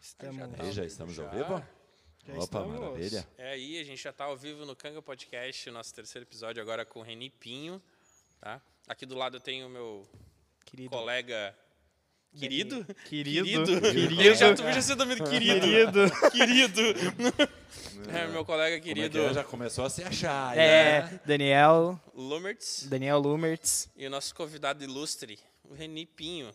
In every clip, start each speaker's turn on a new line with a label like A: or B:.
A: Estamos...
B: Aí já estamos ao vivo?
A: tá. Já Então,
B: Opa,
A: estamos.
B: maravilha.
C: É aí, a gente já está ao vivo no Canga Podcast, nosso terceiro episódio agora com o Reni Pinho. Tá? Aqui do lado tem o meu
A: Querido.
C: colega querido.
A: Querido.
C: Querido.
A: Querido.
C: Eu já, tu já sendo meio querido.
A: Querido.
C: Querido. É, meu colega
B: Como é
C: querido
B: que é? Já começou a se achar,
A: É,
B: né?
A: Daniel,
C: Lumertz
A: Daniel Lumertz.
C: e o nosso convidado ilustre, o Reni Pinho,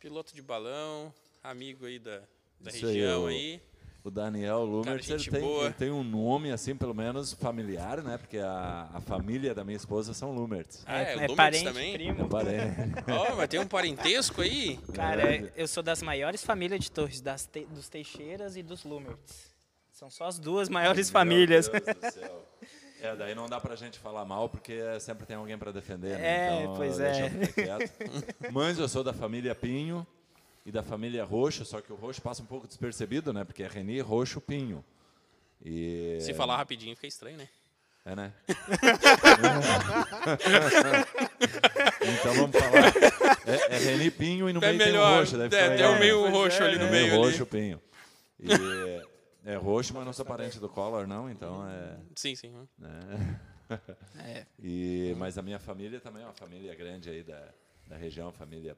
C: piloto de balão, amigo aí da, da
B: Isso aí,
C: região
B: o-
C: aí.
B: O Daniel Lumertz,
C: Cara,
B: ele
C: gente
B: tem,
C: boa.
B: ele tem um nome, assim, pelo menos familiar, né? Porque a, a família da minha esposa são um Lumertz.
C: Ah, é, o Lumertz
A: parente,
C: também?
A: primo.
B: Parece.
C: Ó, mas tem um parentesco aí?
B: É.
A: Cara, é, eu sou das maiores famílias de Torres, das Te- dos Teixeiras e dos Lumertz. São só as duas maiores famílias.
B: Meu Deus do céu. É, daí não dá pra gente falar mal, porque sempre tem alguém pra defender. né?
A: É,
B: Então,
A: pois
B: deixa
A: é.
B: eu ficar quieto. Mas eu sou da família Pinho e da família Roxo, só que o Roxo passa um pouco despercebido, né? Porque é Reni, Roxo, Pinho. E...
C: Se falar rapidinho fica estranho, né?
B: É, né? então vamos falar. É, é Reni Pinho e no
C: É
B: meio tem o
C: melhor.
B: roxo. Deve
C: é,
B: ficar
C: tem
B: legal,
C: o meio
B: né?
C: roxo ali no
B: É,
C: meio.
B: roxo,
C: Ali.
B: Pinho. E é roxo, mas não sou parente do Collor, não, então é...
C: Sim, sim.
B: né?
A: É.
B: E, mas a minha família também é uma família grande aí da, da região, família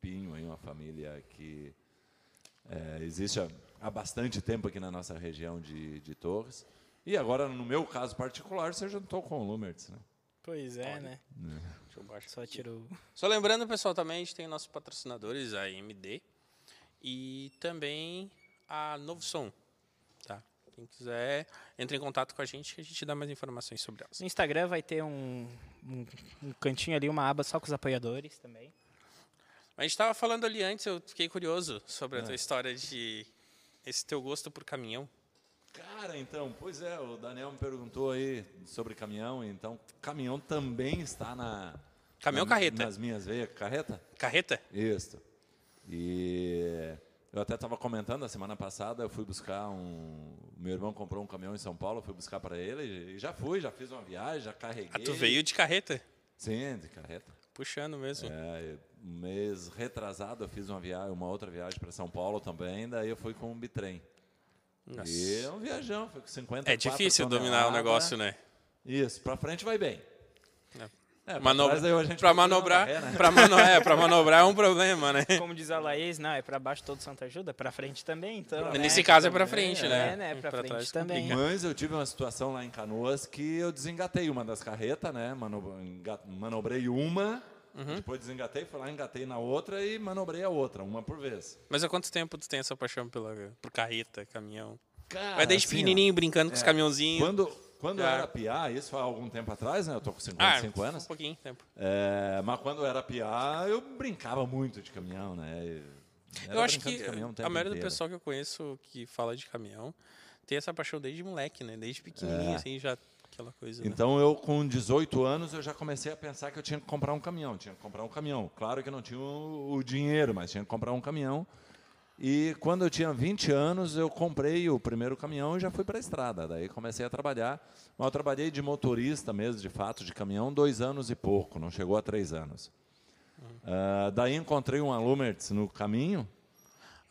B: Pinho, aí, uma família que é, existe há, há bastante tempo aqui na nossa região de, de Torres. E agora, no meu caso particular, você juntou com o Lumertz, né?
A: Pois é, né?
C: Deixa eu baixar
A: Só
C: aqui.
A: tirou.
C: Só lembrando, pessoal, também a gente tem nossos patrocinadores, a MD e também a Novo Som. Tá? Quem quiser, entre em contato com a gente que a gente dá mais informações sobre elas.
A: No Instagram vai ter um, um, um cantinho ali, uma aba só com os apoiadores também.
C: A gente estava falando ali antes, eu fiquei curioso
B: É.
C: sobre a tua história de esse teu gosto por caminhão.
B: Cara, então, pois é, o Daniel me perguntou aí sobre caminhão, então caminhão também está na.
C: Caminhão
B: na-
C: carreta.
B: Nas minhas veias, carreta?
C: Carreta?
B: Isso. E eu até estava comentando a semana passada, eu fui buscar um. Meu irmão comprou um caminhão em São Paulo, eu fui buscar para ele, e já fui, já fiz uma viagem, já carreguei.
C: Ah, tu veio de carreta?
B: Sim, de carreta.
C: Puxando mesmo.
B: É, e um mês retrasado eu fiz uma viagem, uma outra viagem para São Paulo também, daí eu fui com um bitrem.
C: Nossa.
B: E é um viajão, foi com 50
C: É difícil dominar o negócio, né?
B: Isso, pra frente vai bem. É, pra
C: Manobra,
B: trás aí a gente
C: pra
B: continua
C: manobrar,
B: na carreira.
C: pra mano, é, pra manobrar é um problema, né?
A: Como diz a Laís, não, é pra baixo todo santo ajuda, é pra frente também, então. né?
C: Nesse caso é pra
A: Também,
C: frente, né?
A: É, né? Pra,
C: Pra
A: frente
C: trás
A: também.
B: Mas eu tive uma situação lá em Canoas que eu desengatei uma das carretas, né? Mano- enga- Manobrei uma,
C: Uhum.
B: depois desengatei, fui lá, engatei na outra e manobrei a outra, uma por vez.
C: Mas há quanto tempo tu tem essa paixão pela, por carreta, caminhão?
B: Cara,
C: Vai desde
B: assim, ó,
C: pequenininho, brincando com os caminhãozinhos.
B: Quando, quando eu
C: Já.
B: era piá, isso há algum tempo atrás, né? Eu tô com
C: Ah,
B: 55 anos.
C: um pouquinho de tempo.
B: É, mas quando eu era piá, eu brincava muito de caminhão, né? Era
C: eu acho
B: brincando
C: que
B: de caminhão o
C: a
B: tempo
C: maioria do
B: inteiro.
C: pessoal que eu conheço que fala de caminhão tem essa paixão desde moleque, né? Desde
B: É.
C: pequenininho, assim, já aquela coisa, né?
B: Então eu com 18 anos eu já comecei a pensar que eu tinha que comprar um caminhão, tinha que comprar um caminhão. Claro que eu não tinha o o dinheiro, mas tinha que comprar um caminhão. E quando eu tinha 20 anos eu comprei o primeiro caminhão e já fui para a estrada. Daí comecei a trabalhar. Mas eu trabalhei de motorista mesmo, de fato, de caminhão, dois anos e pouco, não chegou a três anos.
C: Uhum.
B: Ah, daí encontrei um Alumertz no caminho,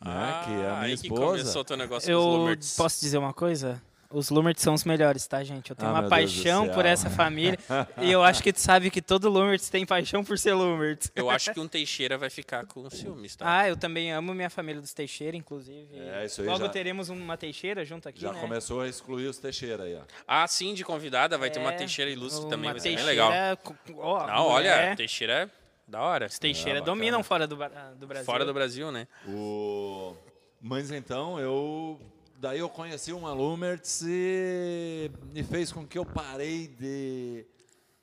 B: né,
C: Ah,
B: que é a minha
C: aí que
B: esposa.
C: começou o teu negócio com os
A: Eu
C: Lumertz.
A: posso dizer uma coisa? Os Lumertz são os melhores, tá, gente? Eu tenho
B: Ah,
A: uma
B: meu Deus do
A: paixão
B: céu.
A: por essa família. e eu acho que tu sabe que todo Lumertz tem paixão por ser Lumertz.
C: Eu acho que um Teixeira vai ficar com ciúmes, tá?
A: Ah, eu também amo minha família dos Teixeira, inclusive.
B: É, isso aí
A: Logo
B: já-
A: teremos uma Teixeira junto aqui,
B: Já
A: né?
B: começou a excluir os Teixeira aí, ó.
C: Ah, sim, de convidada vai ter uma
A: É,
C: Teixeira ilustre
A: uma
C: também, vai ser bem
A: Teixeira
C: legal.
A: co- ó,
C: Não, olha,
A: é,
C: Teixeira é da hora.
A: os Teixeira
B: Ah, bacana.
A: dominam fora do, ba- do Brasil.
C: Fora do Brasil, né?
B: O... Mas então eu. Daí eu conheci uma Lumertz e me fez com que eu parei de,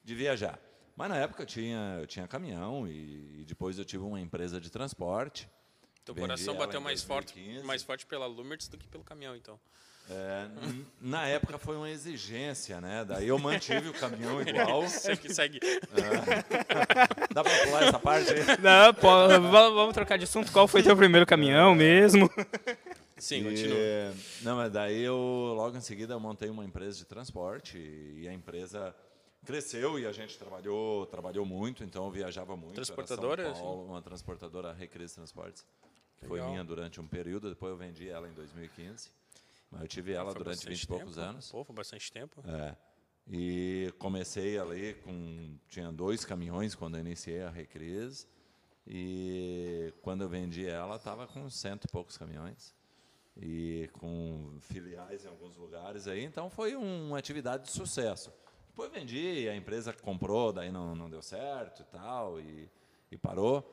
B: de viajar. Mas na época eu tinha, eu tinha caminhão e, e depois eu tive uma empresa de transporte.
C: Teu
B: Vendi
C: Então, coração
B: ela
C: bateu
B: em
C: mais forte,
B: 2015.
C: mais forte pela Lumertz do que pelo caminhão, então.
B: É, n- na época foi uma exigência, né? Daí eu mantive o caminhão igual.
C: Você que segue.
B: Dá pra pular essa parte aí?
A: Não, pô, v- vamos trocar de assunto. Qual foi teu primeiro caminhão mesmo?
C: Sim,
B: E-
C: continua.
B: Não, mas daí eu, logo em seguida, eu montei uma empresa de transporte e a empresa cresceu e a gente trabalhou, trabalhou muito, então eu viajava muito. era São
C: Transportadora, assim?
B: Paulo, uma transportadora Recris Transportes. Que Foi
C: Legal.
B: minha durante um período, depois eu vendi ela em 2015. Mas eu tive ela
C: Ah, Foi
B: durante 20
C: bastante
B: e poucos
C: tempo,
B: anos.
C: Pô, foi bastante tempo.
B: É. E comecei ali com. Tinha dois caminhões quando eu iniciei a Recris. E quando eu vendi ela, estava com cento e poucos caminhões. E com filiais em alguns lugares aí. Então foi um- uma atividade de sucesso. Depois vendi, a empresa que comprou, daí não, não deu certo e tal, e, e parou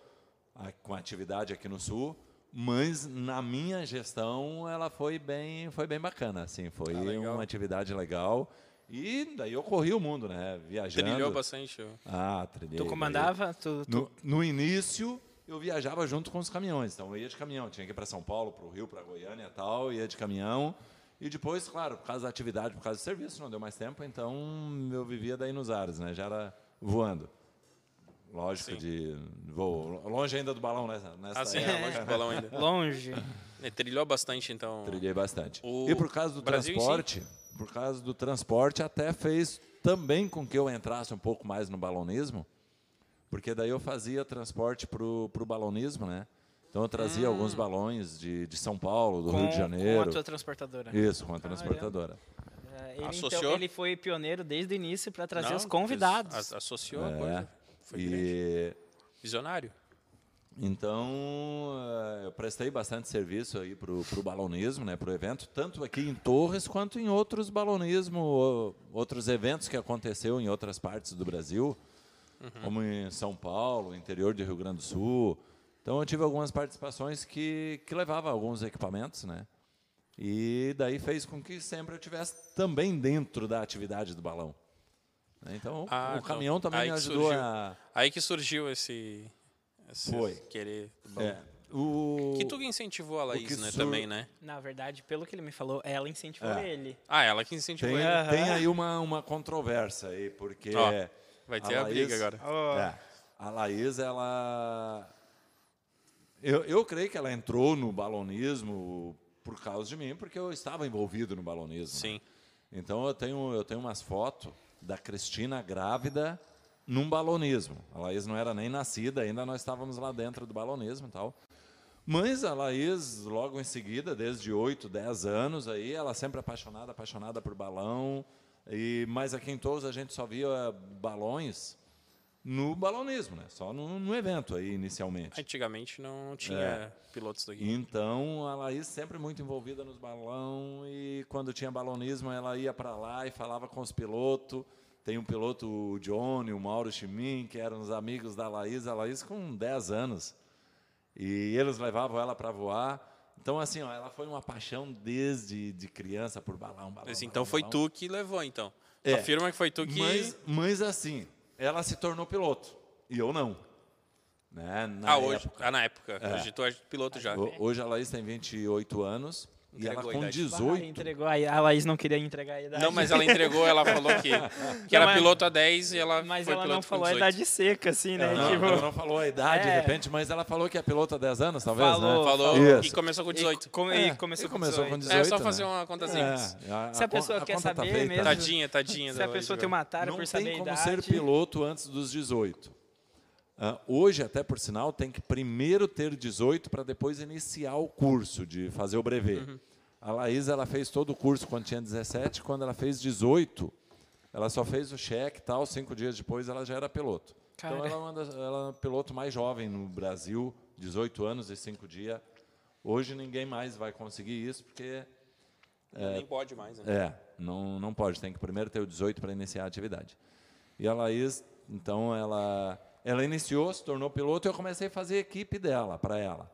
B: a- com atividade aqui no Sul. Mas na minha gestão ela foi bem, foi bem bacana, assim, foi
C: Ah, legal.
B: uma atividade legal. E daí eu corri o mundo, né? Viajando.
C: Trilhou bastante. ó.
B: Ah, trilhei.
A: Tu comandava? Tu, tu-
B: No, no início, eu viajava junto com os caminhões. Então, eu ia de caminhão. Tinha que ir para São Paulo, para o Rio, para Goiânia e tal. Ia de caminhão. E depois, claro, por causa da atividade, por causa do serviço, não deu mais tempo. Então, eu vivia daí nos ares, né? Já era voando. Lógico,
C: Sim.
B: de voo. Longe ainda do balão nessa, nessa
C: Ah, sim,
B: época.
C: é, longe do balão ainda.
A: longe.
C: É, Trilhou bastante, então.
B: Trilhei bastante.
C: O
B: e por causa do
C: Brasil em si.
B: transporte, por causa do transporte, até fez também com que eu entrasse um pouco mais no balonismo, porque daí eu fazia transporte para o balonismo, né? Então eu
C: Ah.
B: trazia alguns balões de, de São Paulo, do
A: com,
B: Rio de Janeiro.
A: com a tua transportadora.
B: Isso, com a transportadora.
A: É, Ele,
C: Associou?
A: Então, ele foi pioneiro desde o início para trazer
C: Não,
A: os convidados.
C: as- Associou a
B: É.
C: coisa. Foi grande.
B: e
C: Visionário.
B: Então, eh, eu prestei bastante serviço aí para o balonismo, né, para o evento, tanto aqui em Torres quanto em outros balonismo, ou- outros eventos que aconteceu em outras partes do Brasil,
C: Uhum.
B: como em São Paulo, interior do Rio Grande do Sul. Então, eu tive algumas participações que, que levava alguns equipamentos, né? E daí fez com que sempre eu tivesse também dentro da atividade do balão. né? Então,
C: Ah,
B: o
C: então,
B: caminhão também
C: aí
B: me
C: que
B: ajudou
C: surgiu.
B: a...
C: Aí que surgiu esse. esse
B: Foi.
C: Querer.
B: É, o...
C: Que tu que incentivou a Laís,
B: que
C: né?
B: sur-
C: Também, né?
A: Na verdade, pelo que ele me falou, ela incentivou
B: É.
A: ele.
C: Ah, ela que
B: Tem,
C: incentivou ele.
B: Tipo, tem aí uma, uma controvérsia aí, porque.
C: Ó, vai ter a
B: Laís-
C: briga agora.
A: Ó.
B: É, a Laís, ela. Eu, eu creio que ela entrou no balonismo por causa de mim, porque eu estava envolvido no balonismo. né?
C: Sim.
B: Então eu tenho, eu tenho umas fotos da Cristina grávida num balonismo. A Laís não era nem nascida, ainda nós estávamos lá dentro do balonismo e tal. Mas a Laís, logo em seguida, desde 8, 10 anos, aí, ela sempre apaixonada, apaixonada por balão. E, mas aqui em Torres a gente só via balões no balonismo, né? Só no, no evento aí, inicialmente.
C: Antigamente não, não tinha
B: É.
C: pilotos daqui.
B: Então, a Laís sempre muito envolvida nos balão e quando tinha balonismo, ela ia para lá e falava com os pilotos. Tem um piloto, o Johnny, o Mauro Chimin, que eram os amigos da Laís, a Laís com 10 anos. E eles levavam ela para voar. Então, assim, ó, ela foi uma paixão desde de criança por balão, balão.
C: Mas
B: balão,
C: então foi
B: balão.
C: tu que levou, então.
B: É.
C: Afirma que foi tu que.
B: Mas, mas assim, ela se tornou piloto e eu não. Né? Na
C: ah, hoje.
B: época.
C: Ah, na época. Hoje tu é piloto já.
B: O- Hoje a Laís tem 28 anos
C: Entregou
B: e ela
C: a
B: com
C: idade.
A: Bah,
B: 18.
A: entregou a, a Laís não queria entregar
B: é
A: a idade.
C: Não, mas ela entregou, ela falou que, que
A: Não,
C: era
A: mas-
C: piloto a 10 e ela
A: Mas
C: foi
A: ela
C: piloto
A: não falou
C: com É,
A: a
C: 18.
A: idade seca, assim, né?
B: Não,
A: Tipo,
B: ela não falou a idade, de
A: É.
B: repente, mas ela falou que é piloto há 10 anos, talvez,
A: Falou.
B: né?
C: Falou
B: Isso.
C: e começou com
A: e
C: 18.
A: come-
B: É,
A: e começou,
B: e começou com
A: com 18.
C: É só
B: 18,
C: fazer
B: né?
C: uma contazinha.
A: Se a pessoa
B: con-
A: quer
B: É, conta tá
A: saber
B: feita. né?
A: mesmo,
C: Tadinha, tadinha.
A: É. Se
C: da
A: a
C: Laís
A: pessoa
C: agora.
A: tem uma atara
B: Não
A: por
B: tem
A: saber a
B: como
A: idade...
B: ser piloto antes dos 18. Ah, hoje, até por sinal, tem que primeiro ter 18 para depois iniciar o curso de fazer o brevet.
A: Uhum.
B: A Laís ela fez todo o curso quando tinha 17, quando ela fez 18, ela só fez o cheque e tal, cinco dias depois ela já era piloto. Então
A: Cara.
B: ela é uma das, ela é a piloto mais jovem no Brasil, 18 anos e cinco dias. Hoje ninguém mais vai conseguir isso, porque
C: Nem pode mais, né?
B: é, não, não pode. Tem que primeiro ter o 18 para iniciar a atividade. E a Laís, então, ela, ela iniciou, se tornou piloto e eu comecei a fazer a equipe dela, para ela.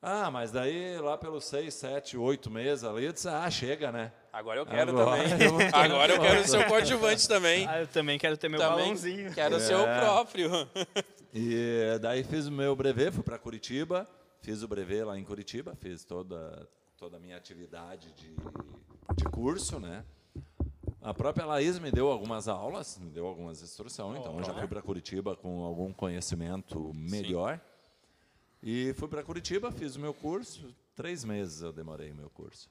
B: Ah, mas daí lá pelos 6, 7, 8 meses ali, eu disse, ah, chega, né?
C: Agora eu quero
B: Agora eu vou
C: também.
B: ficar
C: Agora eu quero
B: piloto.
C: ser o coadjuvante também.
A: Ah, eu também quero ter meu
C: também
A: balãozinho.
C: Quero ser o
B: É.
C: próprio.
B: E daí fiz o meu brevet, fui para Curitiba, fiz o brevet lá em Curitiba, fiz toda, toda a minha atividade de, de curso, né? A própria Laís me deu algumas aulas, me deu algumas instruções, então eu já fui para Curitiba com algum conhecimento melhor. E fui para Curitiba, fiz o meu curso, três meses eu demorei o meu curso.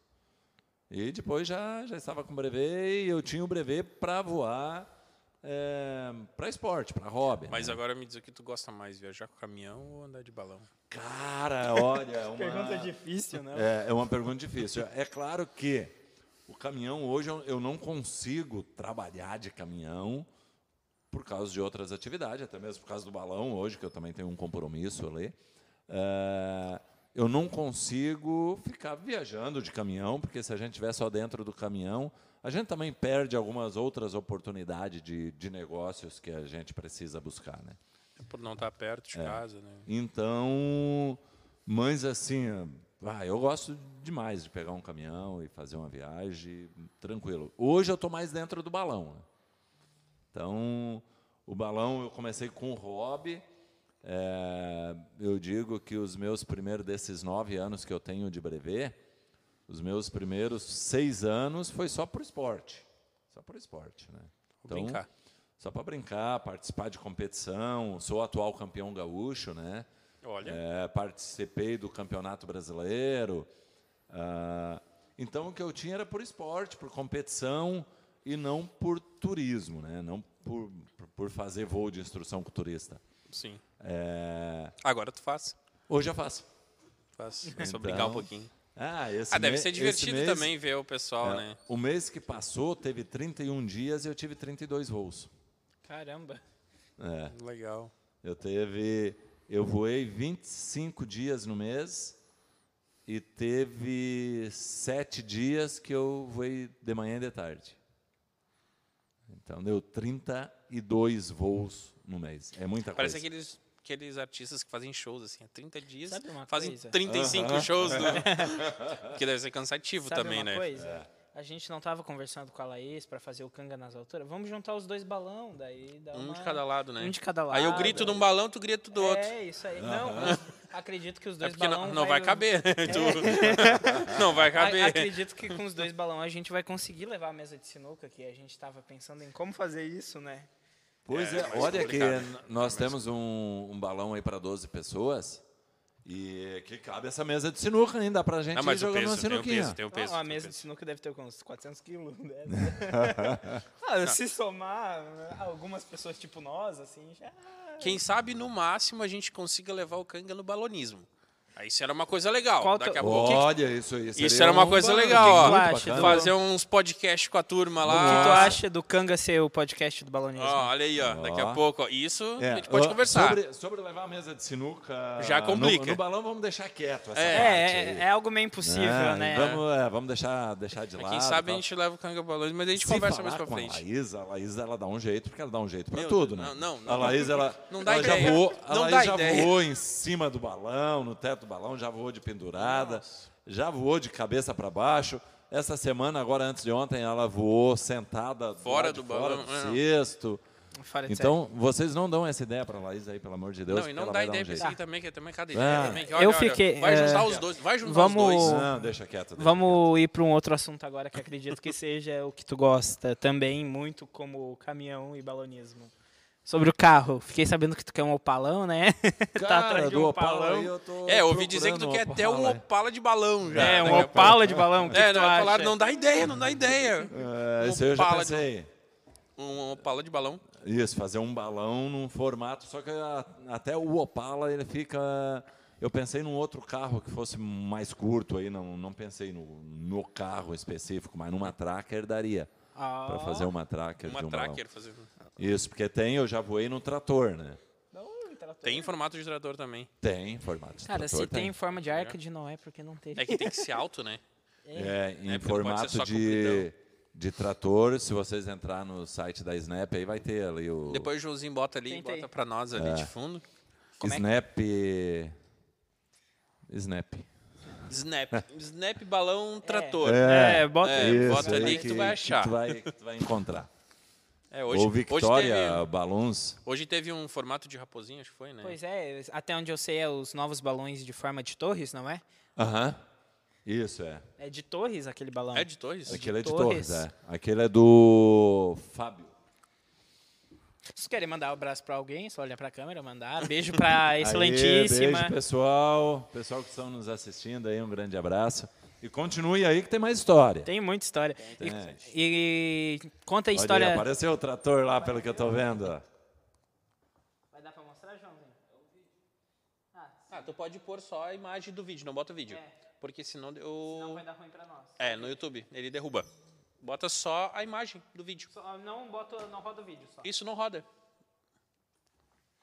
B: E depois já, já estava com brevet e eu tinha o brevet para voar para esporte, para hobby.
C: Mas
B: né?
C: agora me diz o que tu gosta mais, viajar com caminhão ou andar de balão?
B: Cara, olha,
A: pergunta difícil, né?
B: É, é uma pergunta difícil. É claro que o caminhão hoje eu- eu não consigo trabalhar de caminhão por causa de outras atividades, até mesmo por causa do balão hoje, que eu também tenho um compromisso ali. Eh, eu não consigo ficar viajando de caminhão, porque se a gente estiver só dentro do caminhão, a gente também perde algumas outras oportunidades de, de negócios que a gente precisa buscar, né?
C: É Por não estar perto
B: É.
C: de casa, né?
B: Então, mas assim, ah, eu gosto demais de pegar um caminhão e fazer uma viagem tranquilo. Hoje eu estou mais dentro do balão. né? Então, o balão eu comecei com o hobby. É, eu digo que os meus primeiros desses nove anos que eu tenho de brevet, os meus primeiros seis anos foi só para o esporte, só para o esporte, né?
C: brincar.
B: Só para brincar, participar de competição. Sou atual campeão gaúcho, né?
C: Olha.
B: É, participei do Campeonato Brasileiro. Ah, então, o que eu tinha era por esporte, por competição e não por turismo, né? Não por, por- por fazer voo de instrução com turista.
C: Sim.
B: É,
C: Agora tu faz.
B: hoje eu faço.
C: Faz. É só brincar um
B: Então,
C: pouquinho.
B: Ah, esse
C: Ah, deve
B: me-
C: ser
B: esse
C: divertido
B: mês-
C: também ver o pessoal,
B: é,
C: né?
B: O mês que passou teve 31 dias e eu tive 32 voos.
A: Caramba.
B: É.
C: Legal.
B: Eu teve. Eu voei 25 dias no mês e teve sete dias que eu voei de manhã e de tarde. Então deu 32 voos no mês. É muita
C: Parece
B: coisa.
C: aqueles, aqueles artistas que fazem shows, assim, há 30 dias,
A: Sabe uma
C: fazem
A: coisa?
C: 35 shows. Do... que deve ser cansativo
A: Sabe
C: também,
A: uma
C: né?
A: coisa?
B: É.
A: A gente não tava conversando com a Laís pra fazer o canga nas alturas? Vamos juntar os dois balão, daí dá
C: Um
A: uma...
C: de cada lado, né?
A: Um de cada
C: Aí eu
A: lado.
C: grito de um balão, tu grita do outro.
A: É, isso aí. Não, mas acredito que os
C: É
A: dois
C: porque
A: balão
C: não, não vai caber. Tu- não vai
A: A-
C: caber.
A: acredito que com os dois balão a gente vai conseguir levar a mesa de sinuca, que a gente tava pensando em como fazer isso, né?
B: Pois é,
C: é mais
B: olha que
C: complicado.
B: n- nós temos um, um balão aí para 12 pessoas e que cabe essa mesa de sinuca, hein? Dá pra gente
C: Não,
B: ir
C: Ah, mas o
B: jogando uma
C: peso, tem o
B: sinuquinha.
C: peso, tem o peso.
A: Não, Ah, a
C: tem o
A: mesa de
C: peso.
A: sinuca deve ter uns 400 quilos. né? Ah, se somar né, algumas pessoas tipo nós, assim, já...
C: Quem sabe, no máximo, a gente consiga levar o canga no balonismo. Aí isso era uma coisa legal.
A: Qual
C: Daqui
A: teu-
C: a pouco.
B: Olha, isso aí.
C: Isso
B: seria
C: era uma
B: um
C: coisa
B: balão,
C: legal,
B: muito
C: ó.
A: Relaxa,
B: bacana.
A: dá
C: Fazer uns podcasts com a turma
A: O que
C: lá.
A: tu acha do Canga ser o podcast do balonismo?
C: Ó, olha aí, ó. Daqui a
B: Ó.
C: pouco, ó. Isso
B: É,
C: Então, a gente pode
B: ó,
C: conversar.
B: Sobre, sobre levar a mesa de sinuca.
C: Já complica.
B: No, no balão vamos deixar quieto essa
C: É. Ah,
A: é,
B: parte
A: é,
B: aí.
A: é algo meio impossível, né?
B: Vamos, é, vamos deixar, deixar de
C: Mas
B: lado.
C: Quem sabe a gente leva o canga balões, mas a gente conversa mais pra
B: A
C: frente.
B: Laís, a Laís ela dá um jeito, porque ela dá um jeito pra
C: Meu
B: tudo,
C: Deus,
B: né?
C: não, não,
B: A Laís, ela,
C: Não dá
B: ela
C: ideia.
B: já voou, a
C: Não
B: Laís
C: dá
B: já
C: ideia.
B: voou em cima do balão, no teto do balão, já voou de pendurada, já voou de cabeça pra baixo. Essa semana, agora antes de ontem, ela voou sentada do
C: Fora
B: lado de
C: do
B: fora
C: balão,
B: do
C: é.
B: cesto.
A: Fora de série.
B: Então, vocês não dão essa ideia pra Laís aí, pelo amor de Deus.
C: não, e não
B: porque
C: dá
B: ela vai
C: ideia
B: dar
C: pra
B: um
C: esse
B: jeito.
C: aqui também, que é também cada ideia
B: Ah.
C: também. que
A: Eu
C: olha, olha,
A: fiquei,
C: Vai
A: é,
C: juntar os dois. Vai juntar
A: vamos-
C: os dois.
B: Não, deixa quieto. Deixa
A: Vamos ir para um outro assunto agora que acredito que seja o que tu gosta também, muito como caminhão e balonismo. Sobre o carro, fiquei sabendo que tu quer um opalão, né?
B: quieto.
A: tá atrás de um
B: do Opala
A: opalão.
B: aí eu tô
C: É, ouvi dizer que tu
B: procurando né?
C: quer até um
B: Opala.
C: Opala de balão já.
A: é, um
C: daqui a pouco.
A: opala de balão. Que
C: É,
A: que tu
C: não,
A: acha?
C: falaram, não dá ideia, não dá ideia.
B: É, isso aí eu já
C: Opala de-
B: pensei.
C: Um Opala de balão.
B: Isso, fazer um balão num formato, só que a- até o Opala ele fica. Eu pensei num outro carro que fosse mais curto aí, não, não pensei no, no carro específico, mas numa tracker daria.
A: Ah.
B: Pra fazer uma tracker de
C: Uma
B: um balão.
C: tracker fazendo.
B: Isso, porque tem, eu já voei no trator, né?
A: Não, trator.
C: Tem em formato de trator também.
B: Tem, formato de
A: Cara,
B: trator.
A: se tem em forma de arca de Noé, porque não teve.
C: né? É que tem que ser alto, né?
B: É, em
C: É, porque não pode ser
B: formato
C: só
B: de, de trator. Se vocês entrar no site da Snap, aí vai ter ali o
C: Depois o Joãozinho bota ali e
A: Tentei.
C: bota pra nós ali de fundo.
A: como é que-
B: Snap. Snap.
C: Snap. Snap balão trator.
A: É, bota
C: Ah. É,
A: aí.
C: bota
B: aí
C: ali que tu vai achar.
B: tu vai, que tu vai encontrar.
C: É,
B: Ou Victoria
C: Hoje teve,
B: Balloons.
C: hoje teve um formato de raposinha, acho que foi, né?
A: Pois é, até onde eu sei é os novos balões de forma de torres, não é?
B: Aham. Isso, é.
A: É de torres aquele balão.
C: É de Torres?
B: Aquele é de
A: Torres.
B: Torres, é. Aquele é do Fábio.
A: Vocês querem mandar um abraço pra alguém? Só olhar pra câmera, mandar. Beijo pra
B: Aê,
A: excelentíssima.
B: beijo, pessoal. Pessoal que estão nos assistindo aí, um grande abraço. E continue aí que tem mais história.
A: Tem muita história. E-
B: Tem.
A: E, conta a
B: Olha aí,
A: história.
B: apareceu o trator lá, pelo que eu tô vendo. ó.
A: Vai dar pra mostrar, Joãozinho?
C: Ah, tu pode pôr só a imagem do vídeo, não bota o vídeo.
A: É.
C: Porque senão
A: Não
C: eu.
A: vai dar ruim pra nós.
C: É, no YouTube, ele derruba. Bota só a imagem do vídeo.
A: Só- não, bota, não roda o vídeo só.
C: Isso não roda.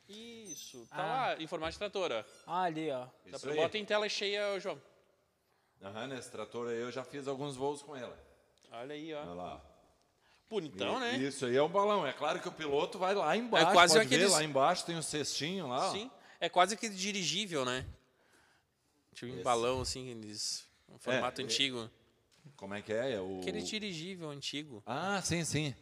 C: Isso. Tá
A: Ah.
C: lá, informar de tratora.
A: Ah, ali, ó.
C: Dá
B: Isso
C: pra-
B: aí.
C: Bota em tela cheia, ô, João.
B: A Hannes, trator aí, eu já fiz alguns voos com ela.
C: Olha aí, ó.
B: Olha lá.
C: Bonitão,
B: E-
C: né?
B: Isso aí é um balão. É claro que o piloto vai lá embaixo.
C: É quase
B: pode
C: aqueles-
B: ver, lá embaixo tem um cestinho lá. ó.
C: Sim. É quase aquele dirigível, né? Tipo um
B: Esse.
C: balão, assim, eles. Um formato
B: é.
C: antigo.
B: Como é que é? É o...
C: Aquele dirigível antigo.
B: Ah, sim, sim.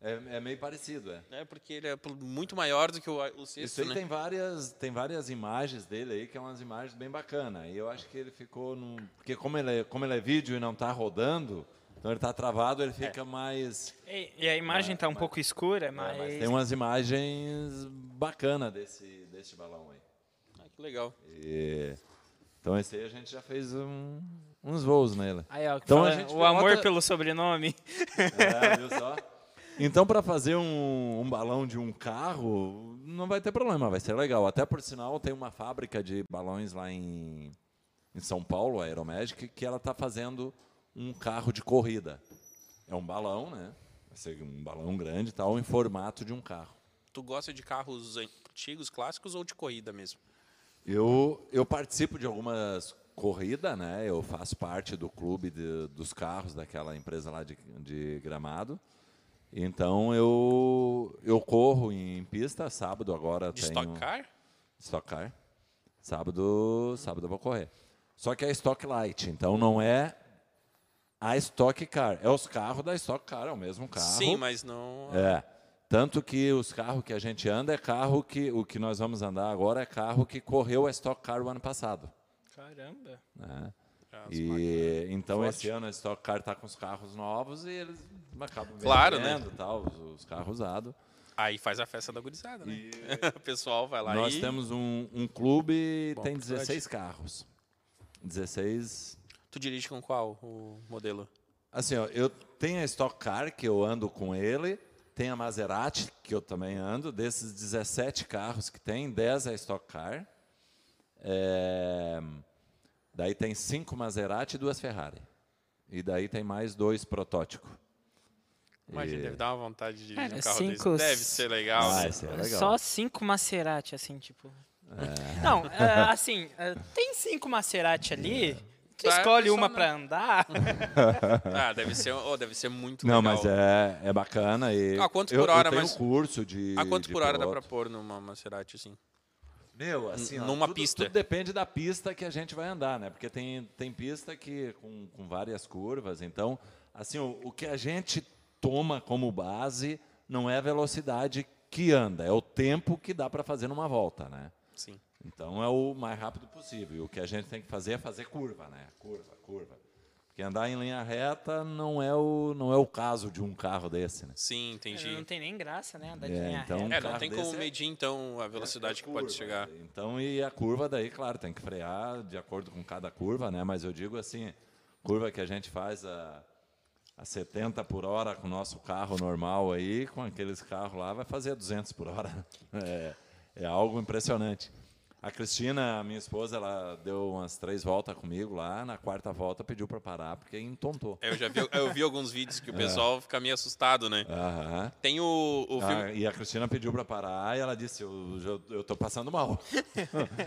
B: É, é meio parecido, é.
C: Né? Porque ele é pl- muito maior do que o, o
B: Isso
C: sexto,
B: aí
C: né?
B: tem, várias, tem várias imagens dele aí, que é umas imagens bem bacanas. E eu acho que ele ficou num. Porque como ele é, como ele é vídeo e não tá rodando, então ele tá travado,
C: É.
B: ele fica mais.
A: E, e a imagem tá um pouco escura,
B: é,
A: mas...
B: mas tem umas imagens bacanas desse, desse balão aí.
C: Ah, que legal.
B: E- Então esse aí a gente já fez um- uns voos nele.
A: Aí, ó,
B: Então,
A: fala-
B: a gente
A: o
B: vê
A: amor
B: outra-
A: pelo sobrenome.
B: É, viu só? Então, para fazer um, um balão de um carro, não vai ter problema, vai ser legal. Até por sinal, tem uma fábrica de balões lá em, em São Paulo, a Aeromagic, que ela está fazendo um carro de corrida. É um balão, né? Vai ser um balão grande e tal, em formato de um carro.
C: Tu gosta de carros antigos, clássicos ou de corrida mesmo?
B: Eu, eu participo de algumas corridas, né? Eu faço parte do clube de- dos carros daquela empresa lá de, de Gramado. Então eu, eu corro em pista, sábado agora
C: De
B: tenho.
C: Stock Car?
B: Stock Car. Sábado, sábado eu vou correr. Só que é Stock Light, então não é a Stock Car. É os carros da Stock Car, é o mesmo carro.
C: Sim, mas não.
B: É. Tanto que os carros que a gente anda é carro que. O que nós vamos andar agora é carro que correu a Stock Car o ano passado.
A: Caramba.
B: né?
C: Ah, as
B: E, então
C: Forte.
B: esse ano a Stock Car está com os carros novos e eles acabam
C: Claro, né?
B: vendendo, tal, os, os carros usados.
C: Aí faz a festa da gurizada, né? o pessoal vai lá
B: Nós
C: e.
B: temos um, um clube
C: Bom, é
B: tem
C: verdade.
B: 16 carros. 16.
C: Tu dirige com qual o modelo?
B: Assim, ó, eu tenho a Stock Car que eu ando com ele, tem a Maserati que eu também ando. Desses 17 carros que tem, 10 é Stock Car. É, Daí tem cinco Maserati e duas Ferrari. E daí tem mais dois protótipos.
C: Imagina,
B: E-
C: deve dar uma vontade de dirigir
A: Cara,
C: um carro
A: cinco-
C: desse. Deve ser legal.
B: Ah,
C: né?
B: esse é legal.
A: Só cinco Maserati, assim, tipo... Não, é, assim, é, tem cinco
B: É.
A: Maserati ali... Tu
C: Tá,
A: escolhe
C: só
A: uma
C: não.
A: pra andar.
C: Ah, deve ser, oh, deve ser muito
B: Não,
C: legal.
B: mas é, é bacana. E
C: A quanto
B: eu,
C: por
B: eu
C: hora,
B: tenho
C: mas-
B: curso de.
C: A quanto
B: de
C: por hora dá pra
B: piloto.
C: pôr numa Maserati assim?
B: Meu, assim, ó,
C: numa
B: tudo,
C: pista?
B: tudo depende da pista que a gente vai andar, né? Porque tem, tem pista que com, com várias curvas, então, assim, o, o que a gente toma como base não é a velocidade que anda, é o tempo que dá para fazer numa volta, né?
C: Sim.
B: Então é o mais rápido possível. E o que a gente tem que fazer é fazer curva, né? Curva, curva. Porque andar em linha reta não é o, não é o caso de um carro desse, né?
C: Sim, entendi.
A: Não tem nem graça, né? Andar de
B: É,
A: linha
B: então-
A: reta.
C: É, não
B: carro
C: tem como
B: desse é-
C: medir então a velocidade que pode
B: curva,
C: chegar.
B: né? Então, e a curva daí, claro, tem que frear de acordo com cada curva, né? Mas eu digo assim, curva que a gente faz a, a 70 por hora com o nosso carro normal aí, com aqueles carros lá, vai fazer 200 por hora. É, é algo impressionante. A Cristina, minha esposa, ela deu umas três voltas comigo lá, na quarta volta pediu para parar, porque entontou.
C: É, Eu já vi, eu vi alguns vídeos
B: É.
C: que o pessoal fica meio assustado, né?
B: Aham.
C: Tem o, o
B: É. Ah,
C: filme.
B: e a Cristina pediu para parar e ela disse, eu, eu, eu tô passando mal.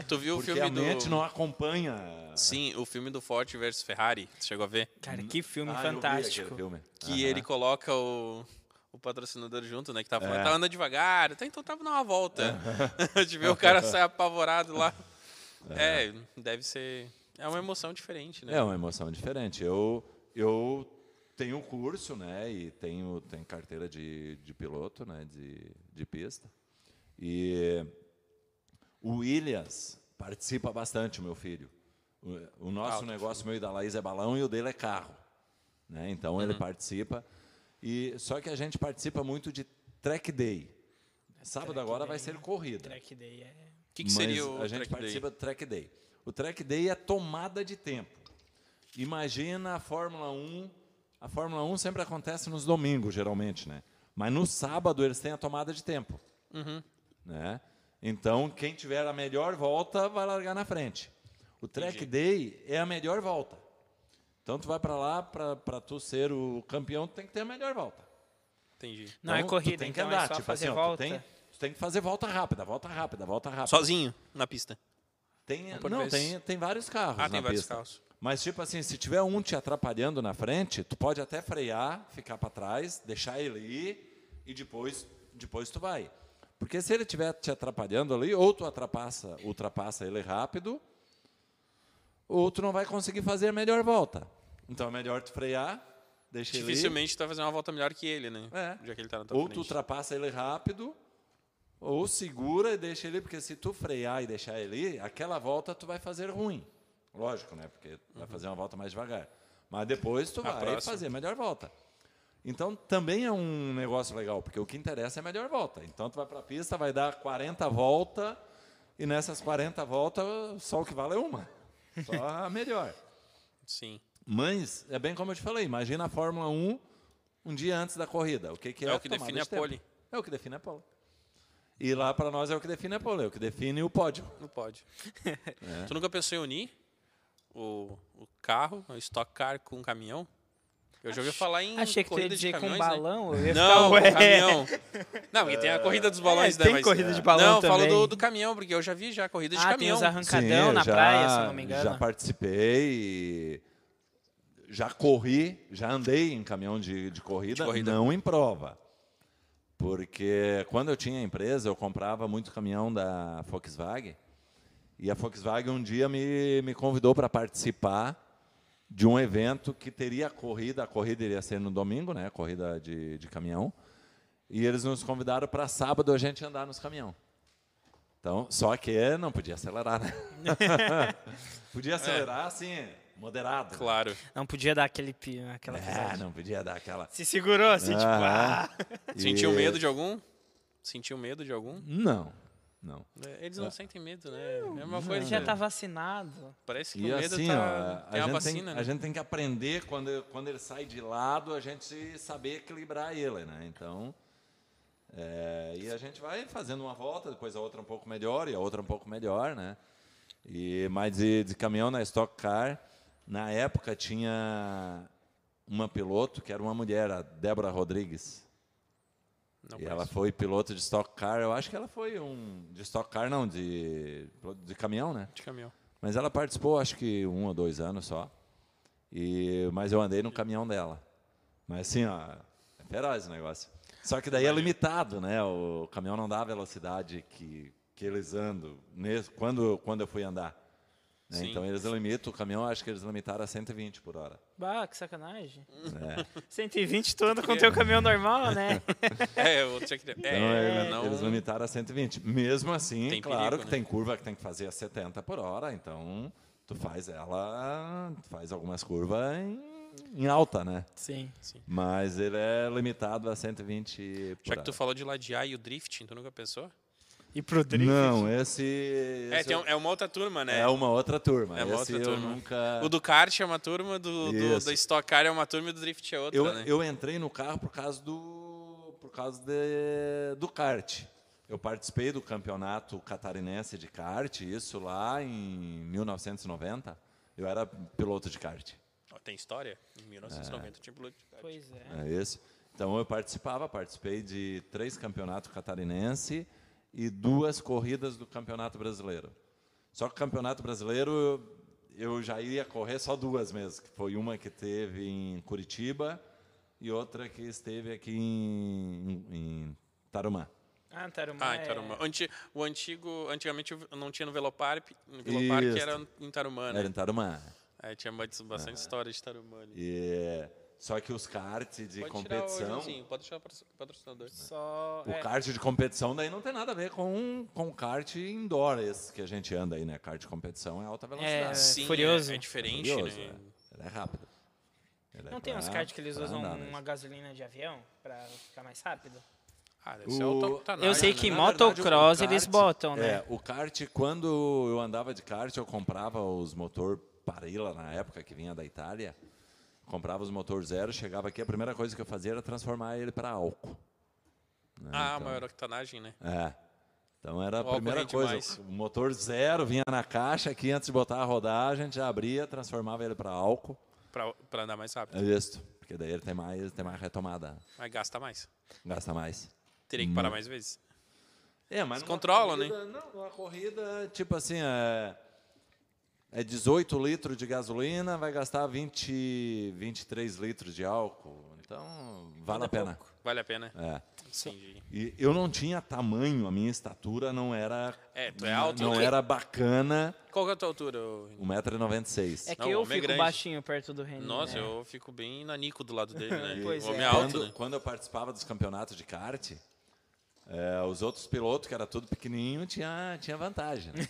C: Tu viu o
B: é. Porque
C: filme
B: a mente
C: do.
B: não é. acompanha.
C: Sim, o filme do Ford versus Ferrari. Tu chegou a ver?
A: Cara, que filme
B: Ah, eu vi
A: fantástico.
B: aquele filme.
C: Que
B: Aham.
C: ele coloca o, o patrocinador junto, né? Que tava falando,
B: É.
C: tava andando devagar, até então tava numa volta. De ver o cara sair apavorado lá. É. deve ser. É uma emoção diferente, né?
B: É uma emoção diferente. Eu, eu tenho curso, né? E tenho, tenho carteira de, de piloto, né? De, de pista. E o Williams participa bastante, o meu filho. O, o nosso
C: Ah, o
B: negócio, meu e da Laís, é balão e o dele é carro. Né? Então ele participa. E só que a gente participa muito de track day. Sábado agora vai ser corrida.
A: Track Day é...
C: O que, que seria
B: Mas
C: o
B: a gente
C: track day?
B: participa do track day. O track day é tomada de tempo. Imagina a Fórmula 1. A Fórmula 1 sempre acontece nos
A: Uhum.
B: domingos, geralmente, né? Mas no sábado eles têm a tomada de tempo. Né? Então, quem tiver a melhor volta vai largar na frente. O track day é a melhor volta. Então, tu vai para lá, para tu ser o campeão, tu tem que ter a melhor volta.
C: Entendi.
A: Não é
B: tu
A: corrida,
B: tem que
A: então é
B: andar,
A: só
B: tipo
A: fazer
B: assim, ó, tu
A: volta?
B: tem, tu tem que fazer volta rápida, volta rápida, volta rápida.
C: Sozinho, na pista.
B: Tem,
C: por
B: não,
C: vez.
B: tem, tem vários carros.
C: Ah,
B: na
C: tem vários
B: pista.
C: carros.
B: Mas, tipo assim, se tiver um te atrapalhando na frente, tu pode até frear, ficar para trás, deixar ele ir e depois, depois tu vai. Porque se ele estiver te atrapalhando ali, ou tu ultrapassa, ultrapassa ele rápido, ou tu não vai conseguir fazer a melhor volta. Então é melhor tu frear, deixa ele ir.
C: Dificilmente tu vai fazer uma volta melhor que ele, né?
B: É.
C: Já que ele tá na tua
B: Ou tu
C: frente.
B: ultrapassa ele rápido, ou segura e deixa ele, porque se tu frear e deixar ele, ir, aquela volta tu vai fazer ruim. Lógico, né? Porque vai fazer uma volta mais devagar. Mas depois tu
C: A
B: vai
C: próxima.
B: fazer a melhor volta. Então também é um negócio legal, porque o que interessa é a melhor volta. Então tu vai para a pista, vai dar 40 voltas, e nessas 40 voltas só o que vale é uma. Só a melhor.
C: Sim.
B: Mas é bem como eu te falei, imagina a Fórmula 1 um dia antes da corrida. O que, que é,
C: É o
B: a
C: que
B: tomada
C: define
B: de
C: a
B: tempo.
C: pole.
B: É o que define a pole. E lá para nós é o que define a pole, é o que define o pódio.
C: Não pode.
A: É.
C: Tu nunca pensou em unir o, o carro, o Stock Car com o caminhão? Eu já ouvi falar em
A: Achei que tu ia
C: corrida de
A: dizer com
C: caminhões, né?
A: balão. Eu ia
C: Não,
A: ficar,
C: com
A: ué.
C: caminhão. Não, porque tem a corrida dos balões,
A: É,
C: né?
A: tem
C: mas-
A: corrida de balão
C: Não, falo
A: também.
C: do, do caminhão, porque eu já vi já corrida de
A: Ah, tem
C: caminhão.
A: os arrancadão na praia, se eu não me engano.
B: Já participei, já corri, já andei em caminhão de, de corrida,
C: De corrida.
B: não em prova. Porque quando eu tinha empresa, eu comprava muito caminhão da Volkswagen. E a Volkswagen um dia me, me convidou para participar de um evento que teria corrida. A corrida iria ser no domingo, né? Corrida de, de caminhão. E eles nos convidaram para sábado a gente andar nos caminhão. Então, só que não podia acelerar, né? podia acelerar, assim, moderado.
C: É. Claro.
A: Não podia dar aquele, pi- aquela
B: Ah,
A: pisada.
B: não podia dar aquela.
A: Se segurou, assim, tipo, ah.
B: Aham.
C: Sentiu
B: E-
C: medo de algum? Sentiu medo de
A: Hum.
C: algum?
B: Não, não.
C: É, Eles não
A: Ah.
C: sentem medo, né? É a mesma coisa.
A: Ele já
C: né?
A: tá vacinado.
C: Parece que
B: E
C: o medo
B: assim,
C: tá...
B: ó,
C: tem
B: a, gente
C: a
B: tem,
C: vacina,
B: a
C: né?
B: gente tem que aprender quando, quando ele sai de lado, a gente se- saber equilibrar ele, né? Então. é, e a gente vai fazendo uma volta, depois a outra um pouco melhor e a outra um pouco melhor, né? E, mas de, de caminhão na Stock Car, na época tinha uma piloto que era uma mulher, a Débora Rodrigues.
C: Não
B: E
C: conheço.
B: ela foi piloto de Stock Car, eu acho que ela foi um. De Stock Car, não, de, de caminhão, né?
C: De caminhão.
B: Mas ela participou, acho que um ou dois anos só. E, mas eu andei no caminhão dela. Mas assim, ó, é feroz o negócio. Só que daí é limitado, né? O caminhão não dá a velocidade que, que eles andam nes- quando, quando eu fui andar. né?
C: Sim.
B: Então eles limitam o caminhão, acho que eles limitaram a 120 por hora.
A: Bah, que sacanagem.
B: né?
A: 120 tu anda com teu caminhão normal, né?
C: É, eu tinha que... É,
B: Então, ele-
C: não...
B: eles limitaram a 120. Mesmo assim,
C: Tem
B: claro
C: perigo,
B: que
C: né?
B: tem curva que tem que fazer a 70 por hora, então tu faz ela, tu faz algumas curvas em, em alta, né?
A: Sim.
B: Mas ele é limitado a 120 por
C: Já que
B: hora.
C: tu falou de ladear e o drifting, tu nunca pensou?
A: E pro drift.
B: Não, esse,
C: É,
B: esse
C: tem um- é uma outra turma, né?
B: é uma outra turma.
C: É uma
B: esse
C: outra
B: eu
C: turma.
B: nunca...
C: O do kart é uma turma, do, do,
B: Isso.
C: da Stock Car é uma turma e do Drift é outra,
B: eu,
C: né?
B: eu entrei no carro por causa do por causa de- do kart. Eu participei do campeonato catarinense de kart, isso lá em 1990. Eu era piloto de kart.
C: Ó, Tem história? Em 1990 tinha piloto de kart.
A: Pois é.
B: É isso. Então eu participava, participei de três campeonatos catarinense e duas corridas do Campeonato Brasileiro. Só que o Campeonato Brasileiro eu já ia correr só duas mesmo, que foi uma que teve em Curitiba e outra que esteve aqui em, em Tarumã.
A: Ah, Tarumã.
C: Ah,
A: é-
C: em Tarumã. Anti- o antigo, antigamente não tinha no Velopark, no Velopark
B: Isso.
C: era em Tarumã, né?
B: Era É. em Tarumã.
C: Aí tinha bastante bastante história de Tarumã ali.
B: E, só que os karts de
C: Pode tirar o
B: competição,
C: Joãozinho, pode tirar o patro- patrocinador.
A: Só.
B: O
A: é,
B: kart de competição daí não tem nada a ver com um, com kart indoor esse que a gente anda aí, né? Kart de competição é alta
A: É,
B: velocidade.
C: Sim,
A: Furioso.
C: É, é diferente,
B: Curioso,
C: né?
B: é. Ele é rápido. Ele é
A: Não tem uns
B: pra-
A: cards que eles
B: pra
A: usam
B: andar né?
A: uma
B: mesmo.
A: gasolina de avião pra ficar mais rápido?
C: Ah, deve
A: assim,
C: ser
B: O-
C: autooctanagem,
A: Eu sei
C: né?
A: que
B: Na
A: motocross
B: verdade, o
A: eles
B: kart-
A: botam, né?
B: É, o kart, quando eu andava de kart, eu comprava os motor Parilla na época, que vinha da Itália. Comprava os motor zero, chegava aqui, a primeira coisa que eu fazia era transformar ele para álcool.
C: Ah, maior octanagem, né?
B: É. Então era a
C: Qual
B: primeira
C: corrente
B: coisa.
C: mais?
B: O motor zero vinha na caixa aqui antes de botar a rodar, a gente já abria, transformava ele para álcool.
C: Pra, pra andar mais rápido.
B: É isso. Porque daí ele tem mais, ele tem mais retomada,
C: Mas gasta mais.
B: gasta mais.
C: Teria que parar
B: Hum.
C: mais vezes.
B: É, mas
C: Se
B: numa
C: controlam,
B: corrida, né? Não, uma corrida, tipo assim, é, é 18 litros de gasolina, vai gastar 20, 23 litros de álcool. Então, vale a pena.
C: Vale a pena.
B: É.
C: Entendi.
B: E eu não tinha tamanho, a minha estatura não era.
C: É, tu é alto,
B: Não
C: né?
B: era bacana.
C: Qual que é a tua altura? ô Vini?
B: 1,96m.
A: É que
C: Não, o
A: eu
C: homem é
A: fico
C: grande.
A: baixinho perto do Renan.
C: Nossa,
A: né?
C: eu fico bem nanico do lado dele, né?
A: Pois
C: o homem
A: é.
C: é alto,
B: É. quando,
C: né?
B: quando eu participava dos campeonatos de kart, é, os outros pilotos, que era tudo pequenininho, tinha, tinha vantagem. Né?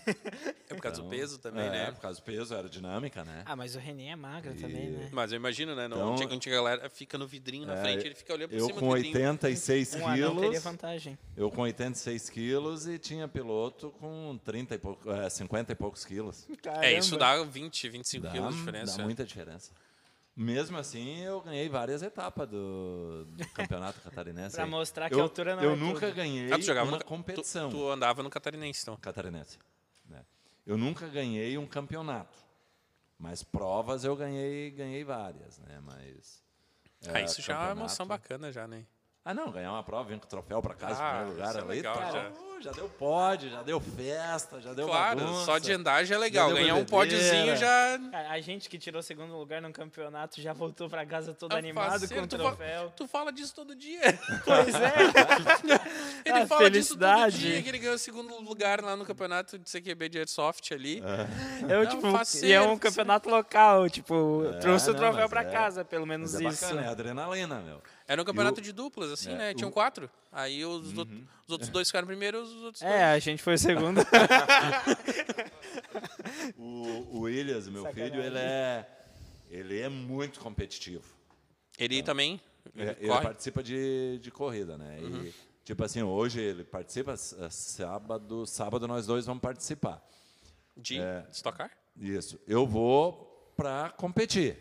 C: É por causa do peso também,
B: é,
C: né?
B: Por causa do peso, aerodinâmica, né?
A: Ah, mas o Renan é magro também, né?
C: Mas eu imagino, né? Não,
B: Então-
C: chega, chega a galera fica no vidrinho na
B: É,
C: frente, ele fica olhando por
B: Eu
C: cima
B: com
C: do vidrinho.
B: 86
A: Um anão teria
B: quilos,
A: vantagem.
B: eu com 86 quilos e tinha piloto com 30 e pouco, é, 50 e poucos quilos.
C: É, isso dá 20, 25
B: Dá,
C: quilos de diferença. é.
B: dá muita diferença. Mesmo assim, eu ganhei várias etapas do, do campeonato catarinense.
A: Pra
B: aí.
A: mostrar que
B: eu,
A: a altura não
B: Eu
A: é
B: nunca
A: tudo.
B: ganhei
C: Ah, tu jogava
B: uma
C: no, ca-
B: competição
C: Tu, tu andava no catarinense, então.
B: catarinense. né? Eu nunca ganhei um campeonato, mas provas eu ganhei, ganhei várias, né? Mas
C: ah,
B: é,
C: isso já é uma
B: campeonato-
C: emoção bacana, já, né?
B: Ah, não, ganhar uma prova, vir com o troféu pra casa,
C: Ah,
B: em primeiro lugar
C: isso é
B: ali,
C: legal,
B: tá,
C: já.
B: uh, já deu pódio, já deu festa, já deu
C: claro,
B: bagunça.
C: só de andar já é legal.
B: deu né?
C: Ganhar um
B: bebedeira.
C: pódiozinho já.
A: Cara, a gente que tirou segundo lugar no campeonato já voltou pra casa todo
C: Ah,
A: animado com
C: parceiro,
A: o
C: tu fa-
A: troféu.
C: Tu fala disso todo dia.
A: Pois é.
C: Ele
A: Ah,
C: fala
A: felicidade.
C: disso todo dia, que ele ganhou o segundo lugar lá no campeonato de CQB de Airsoft ali.
B: É.
A: Eu,
C: Não,
A: tipo,
C: faceiro,
A: e é um
C: faceiro.
A: campeonato local, tipo, trouxe o
B: não,
A: troféu
B: mas
A: pra
B: é-
A: casa, pelo menos
B: Mas é
A: isso.
B: bacana, é adrenalina, meu.
C: Era um campeonato
B: E o-
C: de duplas, assim,
B: É,
C: né? Tinham
B: o- Uhum.
C: quatro. Aí os, outros- os outros dois ficaram primeiro, os outros
A: É, a gente foi o segundo.
B: O, o Williams, meu
A: Sacanagem.
B: filho, ele é, ele é muito competitivo.
C: Ele também
B: É,
C: ele
B: ele
C: corre. Uhum.
B: participa de, de corrida, né? E, tipo assim, hoje ele participa, s- eh, sábado, sábado nós dois vamos participar.
C: de
B: é.
C: estocar.
B: Isso. Eu vou para competir,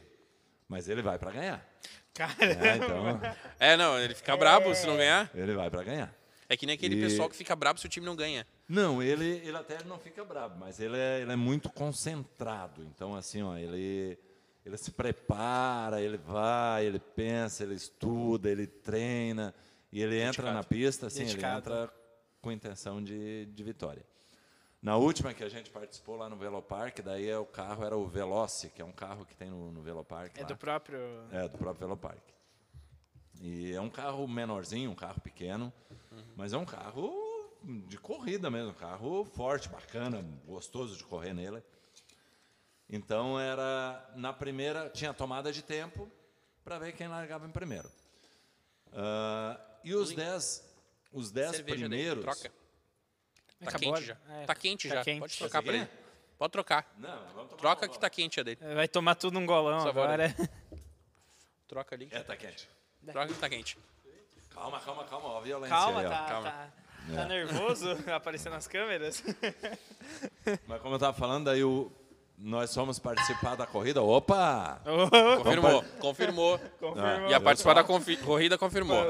B: mas ele vai para ganhar.
A: Cara,
B: né? Então,
C: É, não, ele fica brabo se não ganhar.
B: ele vai para ganhar.
C: É que nem aquele
B: E-
C: pessoal que fica brabo se o time não ganha.
B: Não, ele, ele até não fica bravo, mas ele é, ele é muito concentrado. Então, assim, ó, ele, ele se prepara, ele vai, ele pensa, ele estuda, ele treina. E ele entra
C: Dedicado.
B: na pista, assim,
A: Dedicado.
B: ele entra com intenção de, de vitória. Na última que a gente participou lá no Velopark, daí é, o carro era o Veloce, que é um carro que tem no, no Velopark.
A: é
B: lá.
A: do próprio.
B: É, do próprio Velopark. E é um carro menorzinho, um carro pequeno, mas é um carro de corrida mesmo, um carro forte, bacana, gostoso de correr nele. Então era na primeira tinha tomada de tempo para ver quem largava em primeiro. Ah, e os dez, os dez
C: Cerveja daí,
B: é primeiros.
C: troca. Tá
A: Acabou
C: quente já.
A: a- é,
C: tá quente
A: tá
C: já.
A: quente.
C: Pode trocar pra
B: Quer
C: ele. Pode trocar.
B: Não, vamos tomar
C: Troca
B: uma
C: que
B: bola.
C: tá quente a dele.
A: Vai tomar tudo num golão
C: Só bora.
A: agora.
C: Troca ali.
B: É, tá quente.
C: Troca que tá quente.
B: Calma, calma, calma, ó, a violência
A: Calma,
B: aí, ó. É.
A: tá,
C: calma.
A: tá. Tá nervoso aparecendo nas câmeras?
B: Mas como eu estava falando, aí o- nós fomos participar da corrida. Opa!
C: Confirmou, confirmou.
B: Ah,
A: Confirmou.
C: E a participar da confi- corrida confirmou.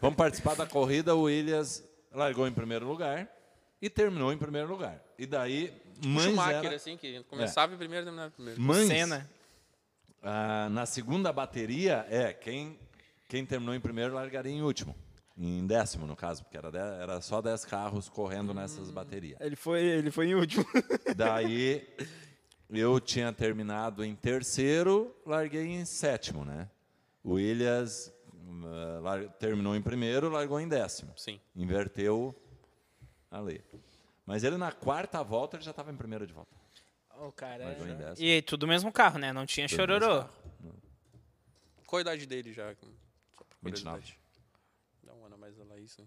B: Vamos participar da corrida. O Williams largou em primeiro lugar e terminou em primeiro lugar. E daí,
C: O
B: mães,
C: Schumacher,
B: era,
C: assim, que começava em primeiro e terminava em primeiro.
B: mães
A: Cena.
B: ah, na segunda bateria, é, quem, quem terminou em primeiro largaria em último. Em décimo, no caso, porque era, dez- era só 10 carros correndo nessas baterias.
A: Ele foi, ele foi em último.
B: Daí, eu tinha terminado em terceiro, larguei em sétimo, né? O Williams ah, lar- terminou em primeiro, largou em décimo.
C: Sim.
B: Inverteu a lei. Mas ele, na quarta volta, ele já estava em primeiro de volta.
A: O cara. é.
B: Largou em décimo.
A: E tudo o mesmo carro, né? Não tinha chororô.
C: Qual a idade dele já? Só por
B: 29.
C: curiosidade. Dá um ano a mais da Laís, né?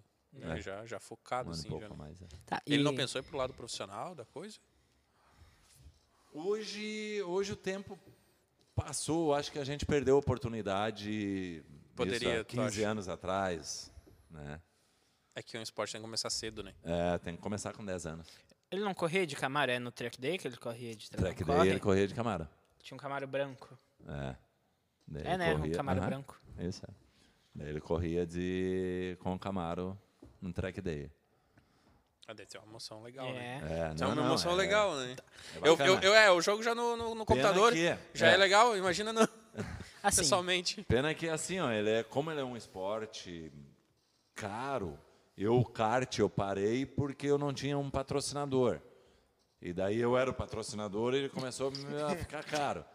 B: É.
C: Já, já
B: Um
C: focado,
B: ano e
C: assim.
B: pouco
C: já,
B: a
C: né?
B: mais. é.
A: Tá,
C: Ele
A: e-
C: não pensou em ir pro lado profissional da coisa?
B: Hoje, hoje o tempo passou. Acho que a gente perdeu a oportunidade
C: Poderia,
B: isso há
C: tu
B: 15
C: acha?
B: anos atrás. Né?
C: É que um esporte tem que começar cedo, né?
B: É, tem que começar com 10 anos.
A: Ele não corria de Camaro? É no track day que ele corria de track,
B: Track
A: não
B: day,
A: corre?
B: ele corria de Camaro.
A: Tinha um Camaro branco.
B: É, Daí
A: É,
B: ele
A: né? Um
B: corria-
A: Camaro
B: Aham,
A: branco.
B: Isso, é. Daí ele corria de, com o Camaro no track day.
C: Ah, deve ter uma emoção legal, né?
A: É. Tá.
B: É,
C: É uma emoção
B: é-
C: legal, né?
B: é
C: eu,
B: bacana.
C: eu, eu- é, eu jogo já no, no, no computador,
B: que-
C: já
B: é.
C: é. legal, imagina no,
A: Assim,
C: pessoalmente.
B: Pena que assim, ó, ele é, como ele é um esporte caro, eu o kart eu parei porque eu não tinha um patrocinador. E daí eu era o patrocinador e ele começou a me- a ficar caro.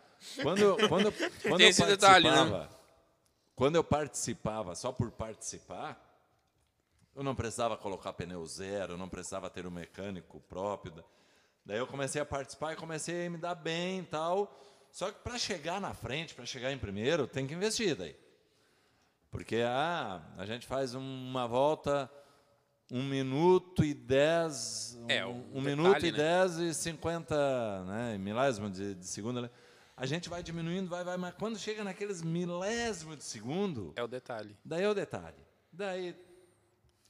B: Quando, eu- quando, eu- quando
C: Tem
B: eu
C: esse detalhe, né?
B: participava, quando eu participava só por participar, eu não precisava colocar pneu zero, eu não precisava ter um mecânico próprio. Da- Daí eu comecei a participar e comecei a me dar bem e tal. Só que para chegar na frente, para chegar em primeiro, tem que investir daí. Porque ah, a gente faz uma volta um minuto e dez, um,
C: É, o
B: um
C: detalhe,
B: minuto e
C: né?
B: dez e cinquenta, né, em milésimo de, de segundo. né? A gente vai diminuindo, vai, vai, mas quando chega naqueles milésimos de segundo,
C: É o detalhe.
B: Daí é o detalhe. Daí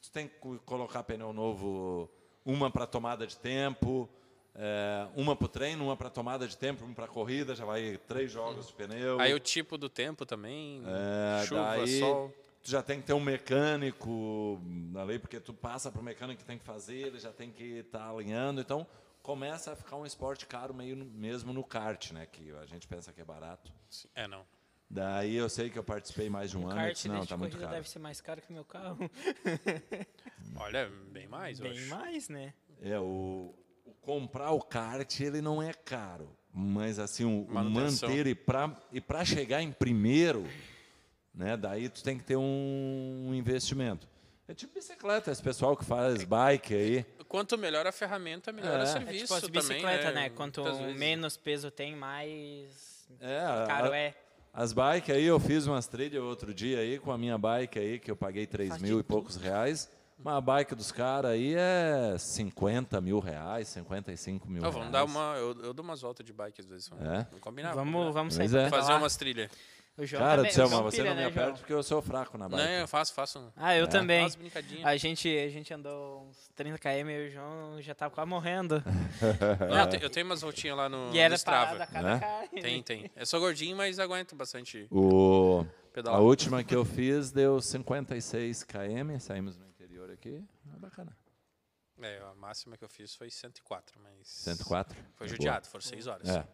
B: tu tem que co- colocar pneu novo, uma para tomada de tempo, eh, uma para o treino, uma para tomada de tempo, uma para corrida, já vai três jogos de pneu.
C: Aí o tipo do tempo também,
B: Eh,
C: chuva,
B: daí
C: sol.
B: Tu já tem que ter um mecânico ali, porque tu passa para o mecânico que tem que fazer, ele já tem que estar alinhando. Então começa a ficar um esporte caro meio no- mesmo no kart, né? Que a gente pensa que é barato.
C: É, não.
B: Daí eu sei que eu participei mais de um
A: o
B: ano e
A: kart
B: disse, não,
A: desse
B: tá
A: de
B: muito
A: corrida
B: caro.
A: deve ser mais caro que meu carro.
C: Olha, bem mais, eu
A: Bem
C: acho.
A: mais, né?
B: É, o, o comprar o kart, ele não é caro. Mas assim, o, o
C: Manutenção.
B: manter e para e pra chegar em primeiro, né? Daí tu tem que ter um, investimento. É tipo bicicleta, esse pessoal que faz bike aí.
C: Quanto melhor a ferramenta, melhor
B: É.
C: o
B: É
A: É tipo
C: serviço
A: as
C: também, é,
A: bicicletas, né? Quanto
C: Muitas vezes.
A: menos peso tem, mais
B: É,
A: caro
B: a-
A: é.
B: As bikes aí, eu fiz umas trilhas outro dia aí com a minha bike aí, que eu paguei 3
A: Faz
B: mil
A: de
B: e poucos reais. Mas a bike dos caras aí é 50 mil reais, 55 mil
C: Ó,
B: reais.
C: Então, vamos dar uma, eu, eu dou umas voltas de bike às vezes. Vamos,
B: É?
C: vamos combinar.
A: Vamos, vamos sair
B: Pois
A: pra
B: é.
C: Fazer
A: pedalar.
C: umas trilhas.
A: O João
B: Cara
A: também-
B: do
A: o
B: céu,
A: João
B: mas você
A: pira,
B: não me
A: É né, João?
B: aperta porque eu sou fraco na bike.
C: Não, eu faço, faço. um-
A: Ah, eu
B: É?
A: também.
C: Faz brincadinha.
A: A gente, a gente andou uns 30 km e o João já tava quase morrendo.
C: Não, eu, te- eu tenho umas voltinhas lá no,
A: é. e era
C: no Strava.
A: parada a cada
B: Né?
A: carne.
C: Tem, tem. Eu sou gordinho, mas aguento bastante
B: O, a
C: pedalar.
B: última que eu fiz deu 56 km, saímos no interior aqui. É bacana.
C: É, a máxima que eu fiz foi 104, mas...
B: 104.
C: Foi
B: Boa.
C: judiado, foram 6 horas.
B: É.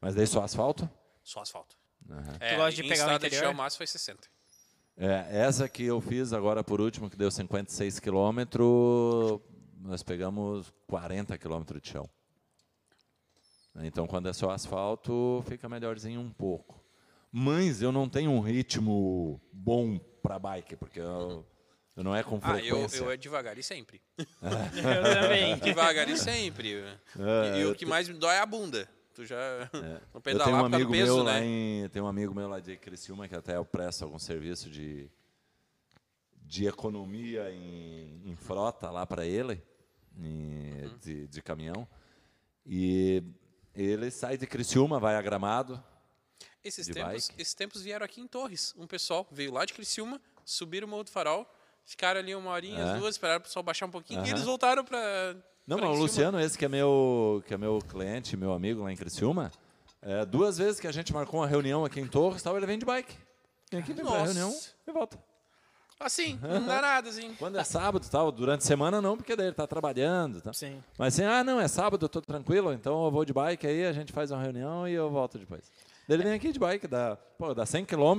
B: Mas daí só asfalto?
C: Só asfalto.
B: Aham.
C: É,
A: gosta de
C: em
A: pegar o
C: estrada de
A: interior?
C: chão, o máximo foi 60.
B: É, essa que eu fiz agora por último, que deu 56 km, nós pegamos 40 km de chão. Então, quando é só asfalto, fica melhorzinho um pouco. Mas eu não tenho um ritmo bom para bike, porque eu, eu não é com
C: Ah, eu,
B: frequência.
C: eu é devagar e sempre.
A: Eu também.
C: Devagar e sempre. e, e
B: É. eu
C: o que mais me dói é a bunda. Tu já não
B: Eu tenho
C: pedalar
B: um
C: por causa do
B: amigo
C: peso,
B: meu
C: né?
B: lá em, tem um amigo meu lá de Criciúma que até eu presto algum serviço de de economia em, em frota lá para ele em-
C: Uhum.
B: de, de caminhão e ele sai de Criciúma, vai a Gramado.
C: Esses
B: de
C: tempos,
B: bike.
C: esses tempos vieram aqui em Torres. Um pessoal veio lá de Criciúma, subiram o Morro do Farol, ficaram ali uma horinha,
B: É.
C: as duas, esperaram o pessoal baixar um pouquinho
B: Aham.
C: e eles voltaram pra.
B: Não,
C: pra
B: mas o
C: Criciúma.
B: Luciano, esse que é meu que é meu cliente, meu amigo lá em Criciúma, é, duas vezes que a gente marcou uma reunião aqui em Torres, tal, ele vem de bike. Vem aqui vem pra
C: Nossa.
B: reunião e volta.
C: Assim, não dá nada, assim.
B: Quando é sábado, tal, durante a semana não, porque daí ele tá trabalhando, tá?
A: Sim.
B: Mas assim, ah, não, é sábado, eu tô tranquilo, então eu vou de bike aí, a gente faz uma reunião e eu volto depois. Daí Ele vem aqui de bike, dá, pô, dá 100 km,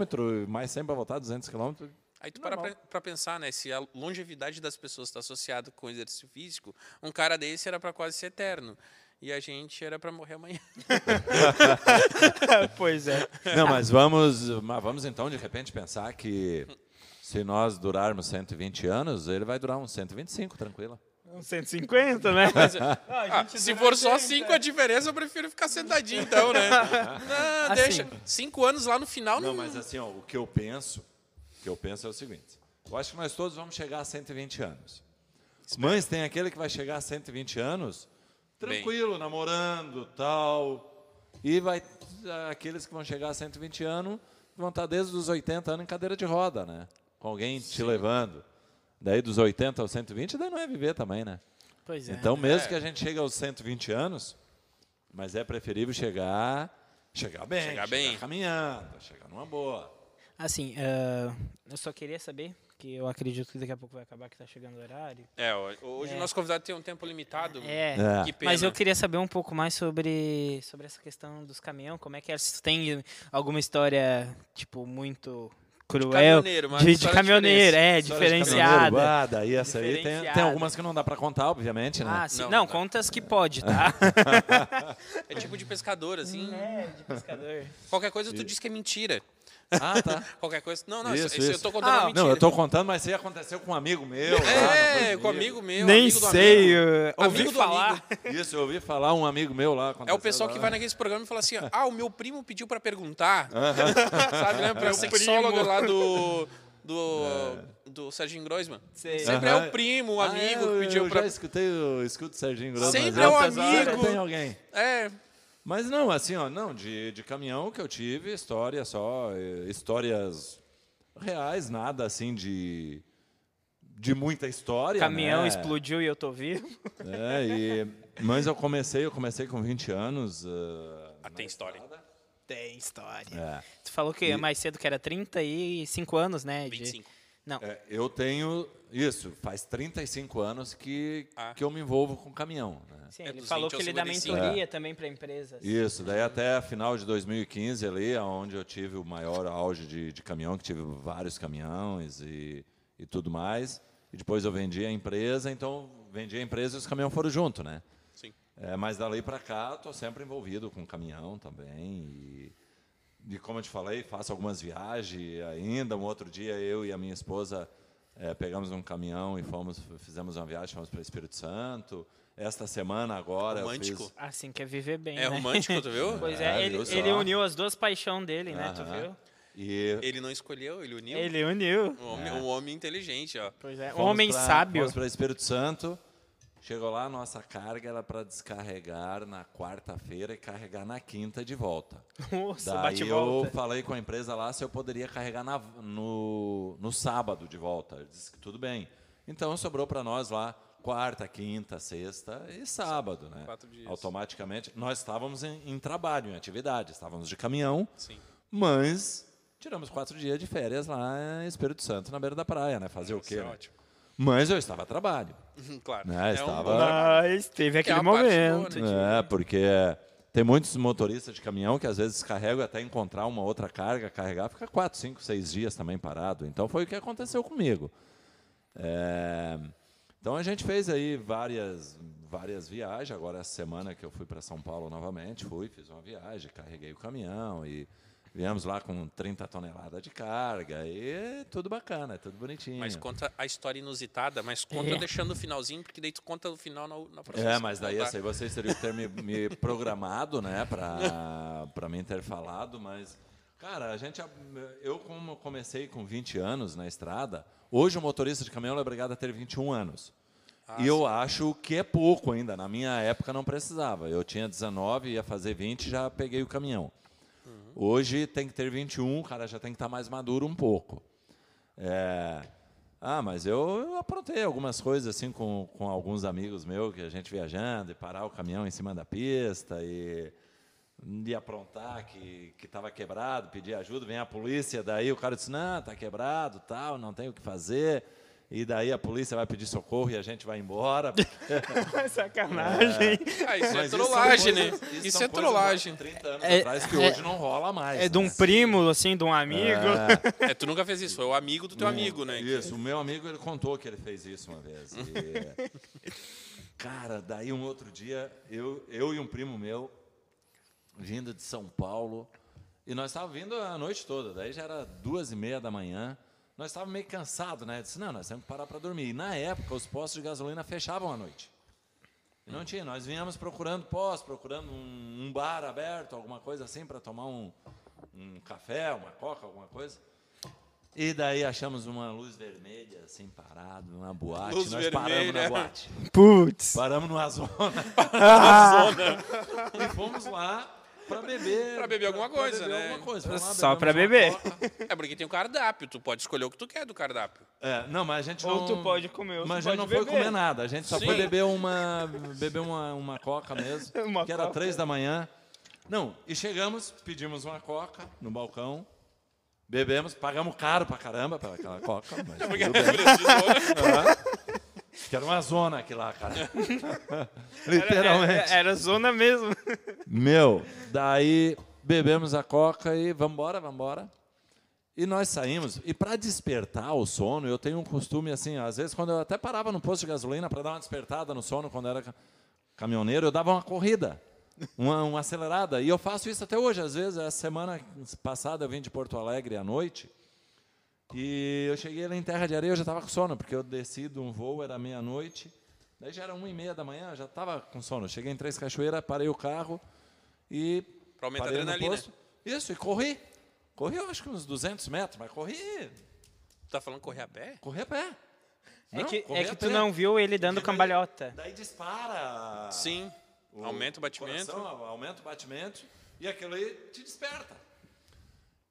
B: mais 100 para voltar, 200 km.
C: Aí tu para pra, pra pensar, né? Se a longevidade das pessoas está associada com o exercício físico, um cara desse era pra quase ser eterno. E a gente era pra morrer amanhã.
A: pois é.
B: Não, mas vamos, mas vamos então de repente pensar que se nós durarmos 120 anos, ele vai durar uns 125, tranquilo.
A: Uns 150, né?
C: Ah, se
A: é
C: for só cinco é a diferença, eu prefiro ficar sentadinho, então, né? Não,
A: Assim.
C: deixa. Cinco anos lá no final
B: Não,
C: não.
B: mas assim, ó, o que eu penso, o que eu penso é o seguinte. Eu acho que nós todos vamos chegar a 120 anos. Mas tem aquele que vai chegar a 120 anos tranquilo, namorando, tal. E vai aqueles que vão chegar a 120 anos vão estar desde os 80 anos em cadeira de roda, né? Com alguém te levando. Daí dos 80 aos 120, daí não é viver também, né?
A: Pois é.
B: Então, mesmo
C: É.
B: que a gente chegue aos 120 anos, mas é preferível chegar, chegar bem,
C: Chegar bem.
B: caminhando, chegar numa boa.
A: Assim, ah, eu só queria saber que eu acredito que daqui a pouco vai acabar, que tá chegando o horário.
C: É, ho- hoje
A: É.
C: o nosso convidado tem um tempo limitado.
A: É.
B: É.
C: Que pena.
A: Mas eu queria saber um pouco mais sobre, sobre essa questão dos caminhão, como é que é, se tem alguma história, tipo, muito cruel
C: caminhoneiro, uma
A: de, de
C: história
A: caminhoneiro,
C: diferente.
A: é,
B: História de caminhoneiro,
A: diferenciada.
B: ah, daí essa aí tem, tem
A: Diferenciada.
B: algumas que não dá pra contar, obviamente, né?
A: Ah, sim.
C: Não,
A: Não,
C: não dá.
A: contas que pode, tá?
C: É tipo de pescador, assim.
A: é, de pescador.
C: Qualquer coisa tu diz que é mentira.
B: Ah, tá.
C: Qualquer coisa. Não, não, isso,
B: Isso,
C: isso
B: isso.
C: eu tô contando
A: Ah,
C: uma mentira.
B: Não, eu tô contando, mas isso aí aconteceu com um amigo meu. lá, não
C: É,
B: foi
C: com
B: comigo.
C: amigo meu.
A: Nem
C: amigo do
A: sei,
C: amigo.
A: eu ouvi
C: Amigo do
A: falar.
C: amigo.
B: Isso, eu ouvi falar um amigo meu lá.
C: É
B: aconteceu
C: o pessoal
B: lá.
C: que vai naqueles programas e fala assim: ó, ah, o meu primo pediu pra perguntar. Sabe, né?
B: É um
C: Pra sexóloga lá do. Do, do Serginho Groisman.
A: Sei.
C: Sempre
B: Aham.
C: é o primo, o amigo
B: Ah, eu,
C: que pediu
B: eu
C: pra.
B: já escutei, eu escuto o Serginho Grosso.
C: Sempre
B: mas
C: é um
B: eu- sempre
C: amigo.
B: Tem alguém.
C: É,
B: Mas não, assim, ó, não, de, de caminhão que eu tive, história só, eh, histórias reais, nada assim de de muita história,
A: Caminhão
B: né?
A: explodiu e eu tô vivo.
B: É, e, mas eu comecei, eu comecei com 20 anos. eh,
C: Ah, tem história.
A: Tem história.
B: é.
A: Tu falou que mais cedo que era 35 anos, né? de-
C: 25.
A: Não,
B: É, eu tenho isso, faz 35 anos que,
C: Ah.
B: que eu me envolvo com caminhão, né?
A: sim,
C: É
A: ele
C: dos
A: falou
C: 20
A: que
C: aos
A: ele dá
C: 55.
A: mentoria também pra empresas.
B: é. Isso, daí até a final de 2015 ali, onde eu tive o maior auge de, de caminhão, que tive vários caminhões e, e tudo mais. E depois eu vendi a empresa, então vendi a empresa e os caminhões foram junto, né?
C: Sim.
B: É, mas dali para cá, estou sempre envolvido com caminhão também. E, e como eu te falei, faço algumas viagens ainda. Um outro dia, eu e a minha esposa eh, pegamos um caminhão e fomos, fizemos uma viagem, fomos para Espírito Santo. Esta semana agora. eu
C: Romântico.
B: fiz-
A: Assim, quer viver bem.
C: É
A: né?
C: romântico, tu viu?
A: Pois
B: Ah,
A: é, ele,
B: viu só?
A: ele uniu as duas paixões dele, né? Tu
B: Aham.
A: viu?
B: E
C: Ele não escolheu, ele uniu.
A: Ele uniu.
C: Um,
B: É.
C: homem, um homem inteligente, ó.
A: Pois é, um
B: Fomos
A: homem
B: pra-
A: sábio.
B: Fomos para Espírito Santo. Chegou lá, nossa carga era para descarregar na quarta-feira e carregar na quinta de volta.
A: Nossa,
B: Daí
A: bate e
B: eu
A: volta.
B: falei com a empresa lá se eu poderia carregar na- no, no sábado de volta. Ele disse que tudo bem. Então sobrou para nós lá quarta, quinta, sexta e sábado, né?
C: Quatro dias.
B: Automaticamente nós estávamos em, em trabalho, em atividade, estávamos de caminhão,
C: Sim.
B: mas tiramos quatro dias de férias lá em Espírito Santo, na beira da praia, né? Fazer o
C: Isso
B: quê?
C: é
B: né?
C: ótimo.
B: Mas eu estava a trabalho.
C: claro.
B: Né,
C: um
B: estava-
C: bom trabalho.
A: Mas teve aquele
C: uma parte boa,
A: momento.
C: né?
B: É, porque tem muitos motoristas de caminhão que às vezes carregam até encontrar uma outra carga, carregar, fica quatro, cinco, seis dias também parado. Então foi o que aconteceu comigo. É, então a gente fez aí várias, várias viagens. Agora essa semana que eu fui para São Paulo novamente, fui, fiz uma viagem, carreguei o caminhão e viemos lá com 30 toneladas de carga e tudo bacana, é tudo bonitinho.
C: Mas conta a história inusitada, mas conta
A: É.
C: deixando o finalzinho, porque daí tu conta o final na, na próxima.
B: É, mas daí
C: Tá.
B: essa aí vocês teriam que ter me, me programado, né, pra, pra mim ter falado, mas. Cara, a gente. Eu, como comecei com 20 anos na estrada, hoje o motorista de caminhão é obrigado a ter 21 anos. e eu acho que é pouco ainda. Na minha época não precisava. Eu tinha 19, ia fazer 20 já peguei o caminhão. Hoje tem que ter 21, o cara já tem que estar mais maduro um pouco. É, Ah, mas eu aprontei algumas coisas assim com, com alguns amigos meus, que a gente viajando e parar o caminhão em cima da pista e, e aprontar que estava quebrado, pedir ajuda, vem a polícia, daí o cara disse, não, tá quebrado, tal, não tem o que fazer. E daí a polícia vai pedir socorro e a gente vai embora.
A: É Sacanagem.
C: Ah, isso
B: Mas
C: é
B: são
C: trollagem, né?
B: coisas-
C: Isso,
B: são
C: é
B: coisas
C: trollagem.
B: de 30 anos
A: É-
B: atrás que
A: é-
B: hoje não rola mais.
A: É de
B: né?
A: um primo, assim, de um amigo.
C: É, tu nunca fez isso, é o amigo do teu amigo, né?
B: Isso, o meu amigo ele contou que ele fez isso uma vez. E, Cara, daí um outro dia, eu, eu e um primo meu, vindo de São Paulo, e nós estávamos vindo a noite toda, daí já era duas e meia da manhã, nós estávamos meio cansados, né? Eu disse, não, nós temos que parar para dormir. E na época, os postos de gasolina fechavam à noite. E Não tinha, nós vinhamos procurando postos, procurando um, um bar aberto, alguma coisa assim, para tomar um, um café, uma coca, alguma coisa. E daí achamos uma luz vermelha, assim, parado, numa boate.
C: Luz
B: Nós paramos
C: vermelha.
B: na boate.
A: Putz.
B: Paramos numa zona. E fomos lá pra beber.
C: Pra beber alguma
B: pra
C: coisa,
B: beber
C: né?
B: alguma coisa. Fomos lá,
A: Só pra
B: bebemos uma
A: beber.
B: coca.
C: É porque tem o cardápio, tu pode escolher o que tu quer do cardápio.
B: É, não, mas a gente
A: Ou
B: não...
A: tu pode comer, ou tu
B: Mas a gente
A: pode
B: não foi
A: beber.
B: comer nada. A gente só foi
C: Sim.
B: beber uma, beber uma, uma coca mesmo,
A: Uma
B: que era
A: coca.
B: três da manhã. Não, e chegamos, pedimos uma coca no balcão. Bebemos, pagamos caro pra caramba pelaquela coca, mas
C: Porque
B: tudo bem. Aham. Que era uma zona aqui lá, cara. Literalmente.
A: Era, era zona mesmo.
B: Meu, daí bebemos a coca e vambora, vambora. E nós saímos. E para despertar o sono, eu tenho um costume assim, às vezes quando eu até parava no posto de gasolina para dar uma despertada no sono quando era ca- caminhoneiro, eu dava uma corrida, uma, uma acelerada. E eu faço isso até hoje. Às vezes, essa semana passada eu vim de Porto Alegre à noite e eu cheguei lá em Terra de Areia, eu já estava com sono, porque eu desci de um voo, era meia-noite, daí já era uma e meia da manhã, eu já estava com sono. Eu Cheguei em Três Cachoeiras, parei o carro e...
C: Pra aumentar a
B: parei no
C: adrenalina.
B: posto. Isso, e corri. Corri, eu acho que uns 200 metros, mas corri,
C: Tá falando correr a pé?
B: corri a pé.
A: É
B: Não,
A: que,
B: corri
A: é
B: a
A: que
B: pé.
A: tu não viu ele dando cambalhota.
B: Daí dispara.
C: Sim. Aumenta o batimento.
B: coração, au- aumenta o batimento e aquilo aí te desperta.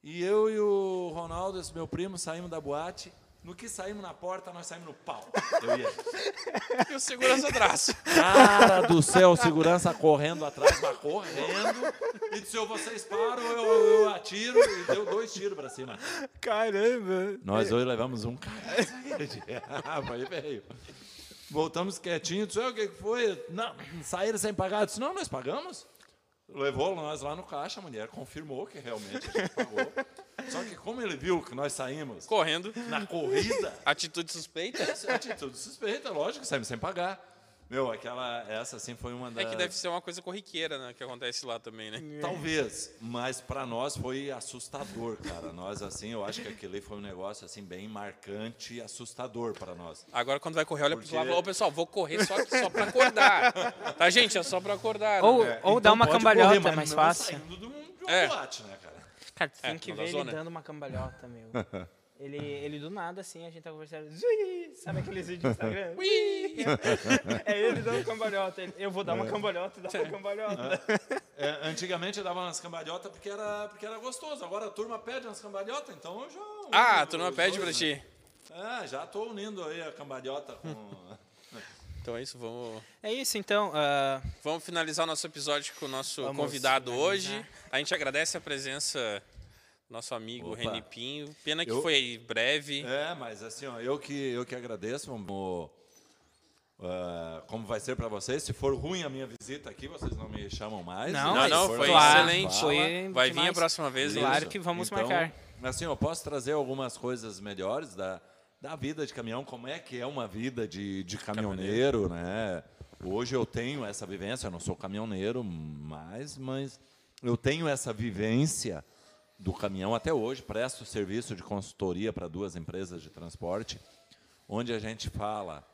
B: E eu e o Ronaldo, esse meu primo, saímos da boate. No que saímos na porta, nós saímos no pau. Eu ia.
C: E o segurança atrás.
B: Cara do céu, segurança correndo atrás, mas correndo. E disse, ou vocês param, eu, eu atiro. E deu dois tiros pra cima.
A: Caramba.
B: Nós hoje levamos um cara. Foi veio. Voltamos quietinhos. Disse, "Ah, o que que foi? Não, saíram sem pagar. Eu Disse, não, nós pagamos. Levou nós lá no caixa, a mulher confirmou que realmente a gente pagou. Só que como ele viu que nós saímos
C: Correndo.
B: na corrida,
C: Atitude suspeita.
B: essa é atitude suspeita, lógico, saímos sem pagar. Meu, aquela, essa assim foi uma das...
C: É que deve ser uma coisa corriqueira, né? Que acontece lá também, né?
B: Talvez, mas para nós foi assustador, cara. Nós assim, eu acho que aquele ali foi um negócio assim bem marcante e assustador para nós.
C: Agora, quando vai correr, olha
B: Porque-
C: pro lado e fala, ô, pessoal, vou correr só, só pra acordar. Tá, gente? É só pra acordar.
A: Ou,
C: né?
A: ou dá
B: Então
A: uma
B: pode
A: cambalhota, é
B: correr, mas
A: mais
B: não
A: fácil.
B: saindo de um, de um
C: É.
B: boate, né, cara?
A: Cara, tu
C: É,
A: tem que
C: não
A: ver
C: dá
A: ele
C: zona.
A: dando uma cambalhota, meu. Ele, ele do nada, assim, a gente tá conversando. "Zui", Sabe aqueles vídeos do Instagram?
C: Ui!
A: é ele dando cambalhota. ele, eu vou dar uma cambalhota, dá uma cambalhota.
B: É, antigamente eu dava umas cambalhotas porque era, porque era gostoso. Agora a turma pede umas cambalhotas, então eu já. uno
C: Ah,
B: os
C: tu não pede pra
B: dois,
C: ti.
B: né? É, já tô unindo aí a cambalhota com.
C: Então é isso, vamos,
A: É isso, então. ah,
C: vamos finalizar o nosso episódio com o nosso
A: Vamos
C: convidado
A: finalizar.
C: hoje. A gente agradece a presença do nosso amigo
B: Opa.
C: Reni Pinho. Pena que
B: Eu-
C: foi breve.
B: É, mas assim, ó, eu que, eu que agradeço. Como, ah, como vai ser para vocês? Se for ruim a minha visita aqui, vocês não me chamam mais.
A: Não,
B: né?
A: mas
B: Se
C: não,
B: for
C: foi
B: legal, fala.
C: excelente.
A: Foi
C: Vai vir
A: demais.
C: a próxima vez. hein?
A: Claro
B: Isso.
A: que vamos
B: Então,
A: marcar.
B: Assim, eu posso trazer algumas coisas melhores da, da vida de caminhão, como é que é uma vida de, de caminhoneiro, né? Hoje eu tenho essa vivência, eu não sou caminhoneiro mais, mas eu tenho essa vivência do caminhão até hoje, presto serviço de consultoria para duas empresas de transporte, onde a gente fala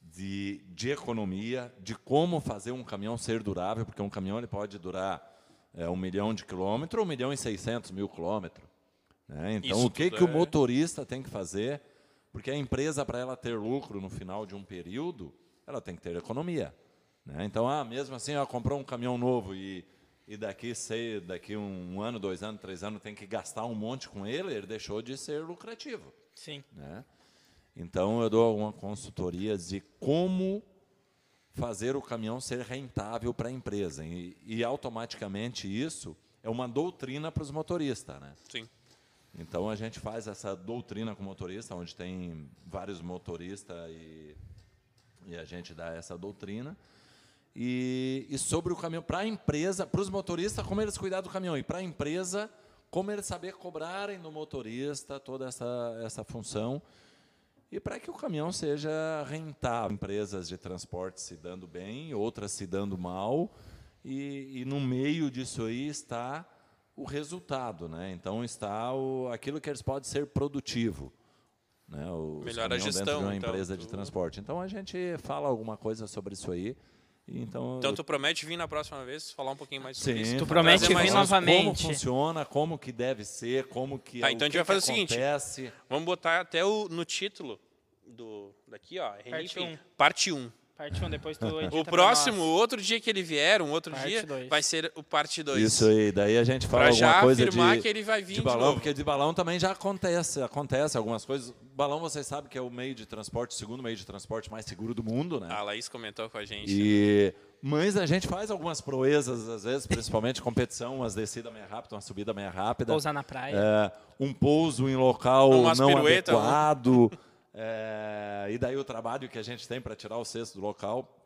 B: de, de economia, de como fazer um caminhão ser durável, porque um caminhão ele pode durar é, um milhão de quilômetros ou um milhão e seiscentos mil quilômetros. né? Então,
C: Isso
B: o que,
C: tudo
B: que o
C: é-
B: motorista tem que fazer? Porque a empresa, para ela ter lucro no final de um período, ela tem que ter economia. né? Então, ah, mesmo assim, ah, comprou um caminhão novo e, e daqui, sei, daqui um ano, dois anos, três anos, tem que gastar um monte com ele, ele deixou de ser lucrativo
A: Sim.
B: né? Então eu dou alguma consultoria de como fazer o caminhão ser rentável para a empresa e, e automaticamente isso é uma doutrina para os motoristas, né?
C: Sim.
B: Então a gente faz essa doutrina com o motorista, onde tem vários motoristas e, e a gente dá essa doutrina. E, e sobre o caminhão, para a empresa, para os motoristas, como eles cuidar do caminhão. E para a empresa, como eles saber cobrarem do motorista toda essa, essa função. E para que o caminhão seja rentável. Empresas de transporte se dando bem, outras se dando mal. E, e no meio disso aí está o resultado, né? Então está o, aquilo que eles podem ser produtivo. Né? O, os
C: Melhora a
B: caminhão dentro
C: gestão,
B: de uma
C: então,
B: empresa de
C: tu-
B: transporte. Então a gente fala alguma coisa sobre isso aí. E Então,
C: Então
B: eu-
C: tu promete vir na próxima vez falar um pouquinho mais sobre isso.
B: Sim,
A: Tu
B: fazer
A: promete
B: mais
A: vir
B: coisas, Como
A: novamente.
B: funciona, como que deve ser, como que é
C: Tá, então a gente
B: que
C: vai fazer
B: que
C: o seguinte.
B: acontece.
C: Vamos botar até o, no título do daqui, ó. Reni
A: Parte
C: Pinho,
A: um.
C: Parte 1.
A: Parte 1, depois tu edita
C: O
A: pra
C: próximo,
A: nós.
C: outro dia que ele vier, um outro
A: Parte
C: dia,
A: dois.
C: vai ser o parte 2.
B: Isso aí, daí a gente fala
C: Pra
B: alguma
C: já
B: coisa
C: afirmar
B: de,
C: que ele vai
B: de
C: vir de
B: balão,
C: novo.
B: porque de balão também já acontece, acontece algumas coisas. Balão, vocês
C: Ah,
B: sabem que é o meio de transporte, o segundo meio de transporte mais seguro do mundo, né?
C: A Laís comentou com a gente.
B: E Mas a gente faz algumas proezas, às vezes, principalmente competição, umas descidas meio rápidas, uma subida meio rápida.
A: Pousar na praia.
B: É, um pouso em local
C: Umas
B: não
C: piruetas, né?
B: adequado. é, e daí o trabalho que a gente tem para tirar o cesto do local.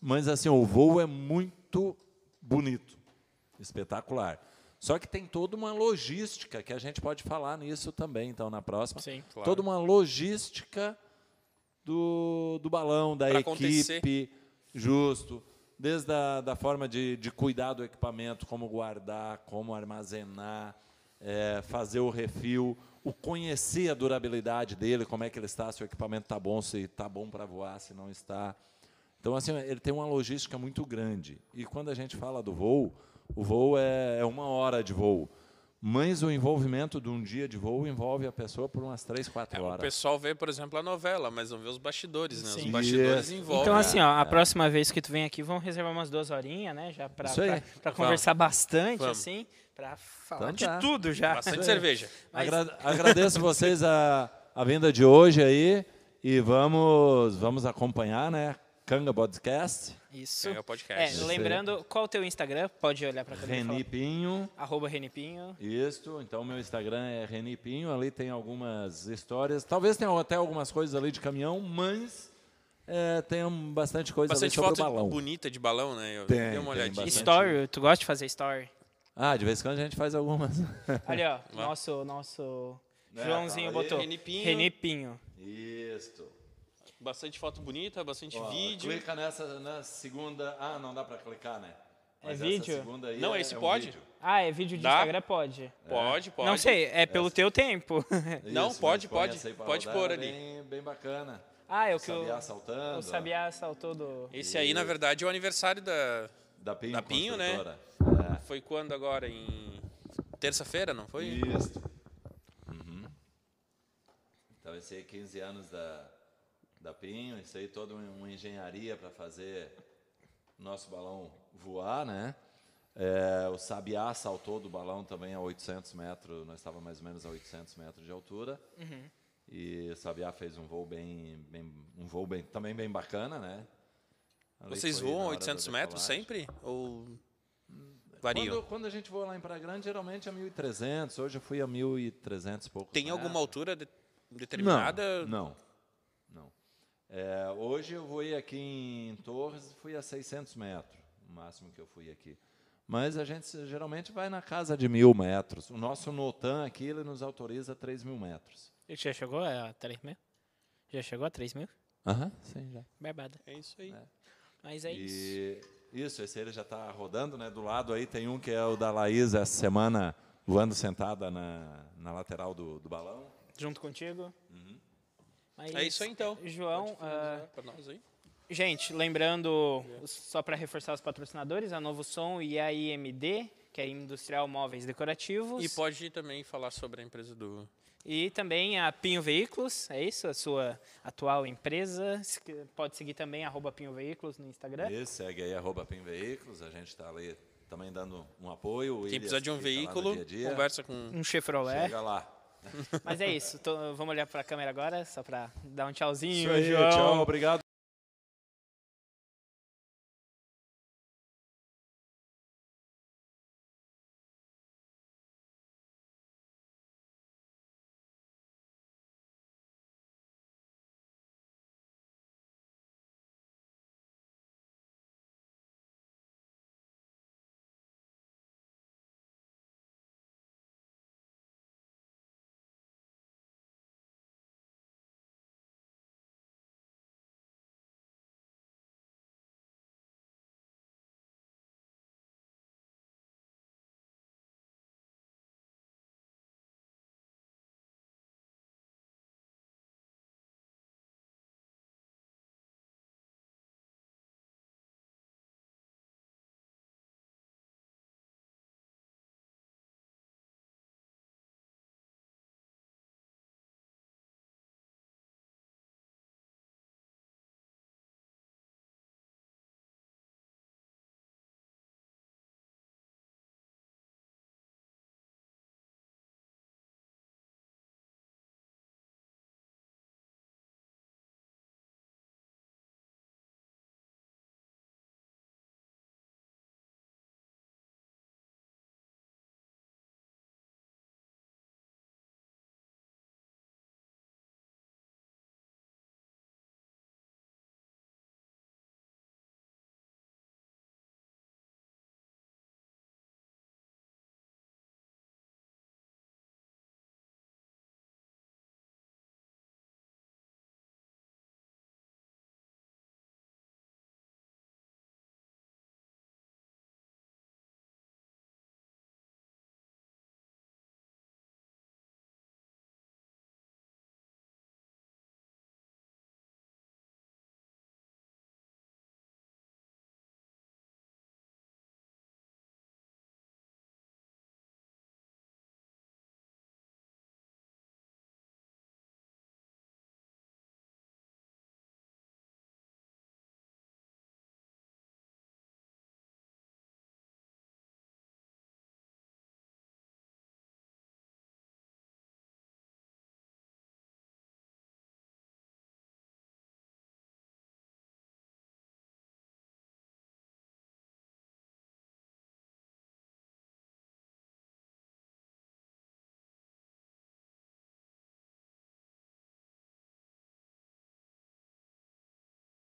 B: Mas assim, o voo é muito bonito, espetacular. Só que tem toda uma logística que a gente pode falar nisso também, então na próxima.
A: Sim.
C: Claro.
B: Toda uma logística do, do balão, da
C: Pra
B: equipe,
C: acontecer.
B: justo. Desde a da forma de, de cuidar do equipamento, como guardar, como armazenar, eh, fazer o refil, o conhecer a durabilidade dele, como é que ele está, se o equipamento está bom, se está bom para voar, se não está. Então, assim, ele tem uma logística muito grande. E quando a gente fala do voo, o voo é, é uma hora de voo. Mas o envolvimento de um dia de voo envolve a pessoa por umas três,
C: É,
B: quatro
C: o
B: horas.
C: pessoal vê, por exemplo, a novela, mas não vê os bastidores, né?
A: Sim.
C: Os bastidores
B: Isso.
C: envolvem. né?
A: Então, assim, ó, a próxima vez que tu vem aqui, vamos reservar umas duas horinhas, né? Já pra,
B: Isso aí.
A: pra, pra
C: Vamos.
A: conversar bastante,
C: Vamos.
A: assim. Pra falar
B: Então
A: de
B: tá.
A: tudo já.
C: Bastante cerveja.
A: Mas-
B: Agra- agradeço vocês a, a vinda de hoje aí e vamos, vamos acompanhar, né? Canga Podcast,
A: Isso.
C: É o podcast.
A: É, lembrando, qual o teu Instagram? Pode olhar pra câmera. e falar.
B: Renipinho.
A: Arroba Renipinho.
B: Isso, então meu Instagram é Renipinho, ali tem algumas histórias, talvez tenha até algumas coisas ali de caminhão, mas é, tem um- bastante coisa
C: Bastante
B: ali sobre
C: foto
B: o balão.
C: bonita de balão, né? Eu
B: Tem,
C: dei
B: tem
C: uma olhadinha.
B: bastante.
A: Story, tu gosta de fazer story?
B: Ah, de vez em quando a gente faz algumas.
A: Olha, ó, nosso, nosso
B: Né,
A: Joãozinho
B: tá aí.
A: botou.
C: Renipinho.
A: Renipinho.
B: Isso.
C: Bastante foto bonita, bastante
B: Ó,
C: vídeo.
B: Clica nessa na segunda. Ah, não dá pra clicar, né? Mas essa
A: vídeo?
B: segunda aí
C: É Não,
B: é-
C: esse
B: é um
C: pode?
B: vídeo.
A: Ah, é vídeo de
C: Dá?
A: Instagram? Pode.
C: Pode, pode.
A: Não sei, é pelo teu tempo.
C: Não,
B: Isso,
C: pode,
B: mas põe
C: pode,
B: essa aí pra
C: pode
B: rodar,
C: pôr
B: é
C: ali.
B: Bem, bem bacana.
A: ah, é o
B: O
A: que o,
B: Sabiá saltando.
A: o Sabiá saltou do...
C: Esse aí, na verdade, é o aniversário da.
B: ó, Da Pinho,
C: da Pinho, né?
B: construtora.
C: Foi quando agora? Em. Terça-feira, não
B: É.
C: foi?
B: Isso. Uhum. Então, esse aí, 15 anos da, da Pinho. Isso aí, toda um- uma engenharia para fazer nosso balão voar, né? É, o Sabiá saltou do balão também a 800 metros. Nós estávamos mais ou menos a 800 metros de altura.
C: Uhum.
B: E o Sabiá fez um voo bem, bem um voo bem, também bem bacana, né? Ali
C: Vocês
B: foi na
C: voam
B: hora da
C: 800 metros
B: decolagem.
C: sempre? Ou. Variam?
B: Quando, quando a gente voa lá em Praia Grande, geralmente é 1.300. Hoje eu fui a 1.300 e né? pouco.
C: Tem alguma altura de-
B: Não,
C: determinada?
B: não. não. É, hoje eu voei aqui em Torres, fui a 600 metros, o máximo que eu fui aqui. Mas a gente se- geralmente vai na casa de mil metros. O nosso NOTAM aqui, ele nos autoriza 3 mil metros.
A: Ele Já chegou a 3 mil? Já chegou a 3 mil?
B: Aham, sim, já.
A: Barbada.
C: É isso aí.
A: Mas é isso.
B: E isso, esse aí ele já está rodando, né? Do lado aí tem um que é o da Laís essa semana, voando sentada na, na lateral do, do balão.
A: Junto contigo. Mas
C: Uhum. É isso aí então.
A: João,
C: Pode
A: ah,
C: finalizar pra nós aí.
A: Gente, lembrando, só para reforçar os patrocinadores, a Novo Som e a IMD, que é Industrial Móveis Decorativos.
C: E pode também falar sobre a empresa do.
A: E também a Pinho Veículos, é isso? A sua atual empresa. Se- Pode seguir também arroba Pinho Veículos no Instagram.
B: Isso, segue aí, arroba PIN Veículos. A gente está ali também dando um apoio.
C: Quem precisar
B: assim,
C: de um
B: tá
C: veículo,
B: conversa.
C: conversa com.
A: Um Chevrolet.
B: Chega lá.
A: Mas é isso. tô- vamos olhar para a câmera agora, só para dar um tchauzinho,
B: Isso aí,
A: João.
B: tchau, obrigado.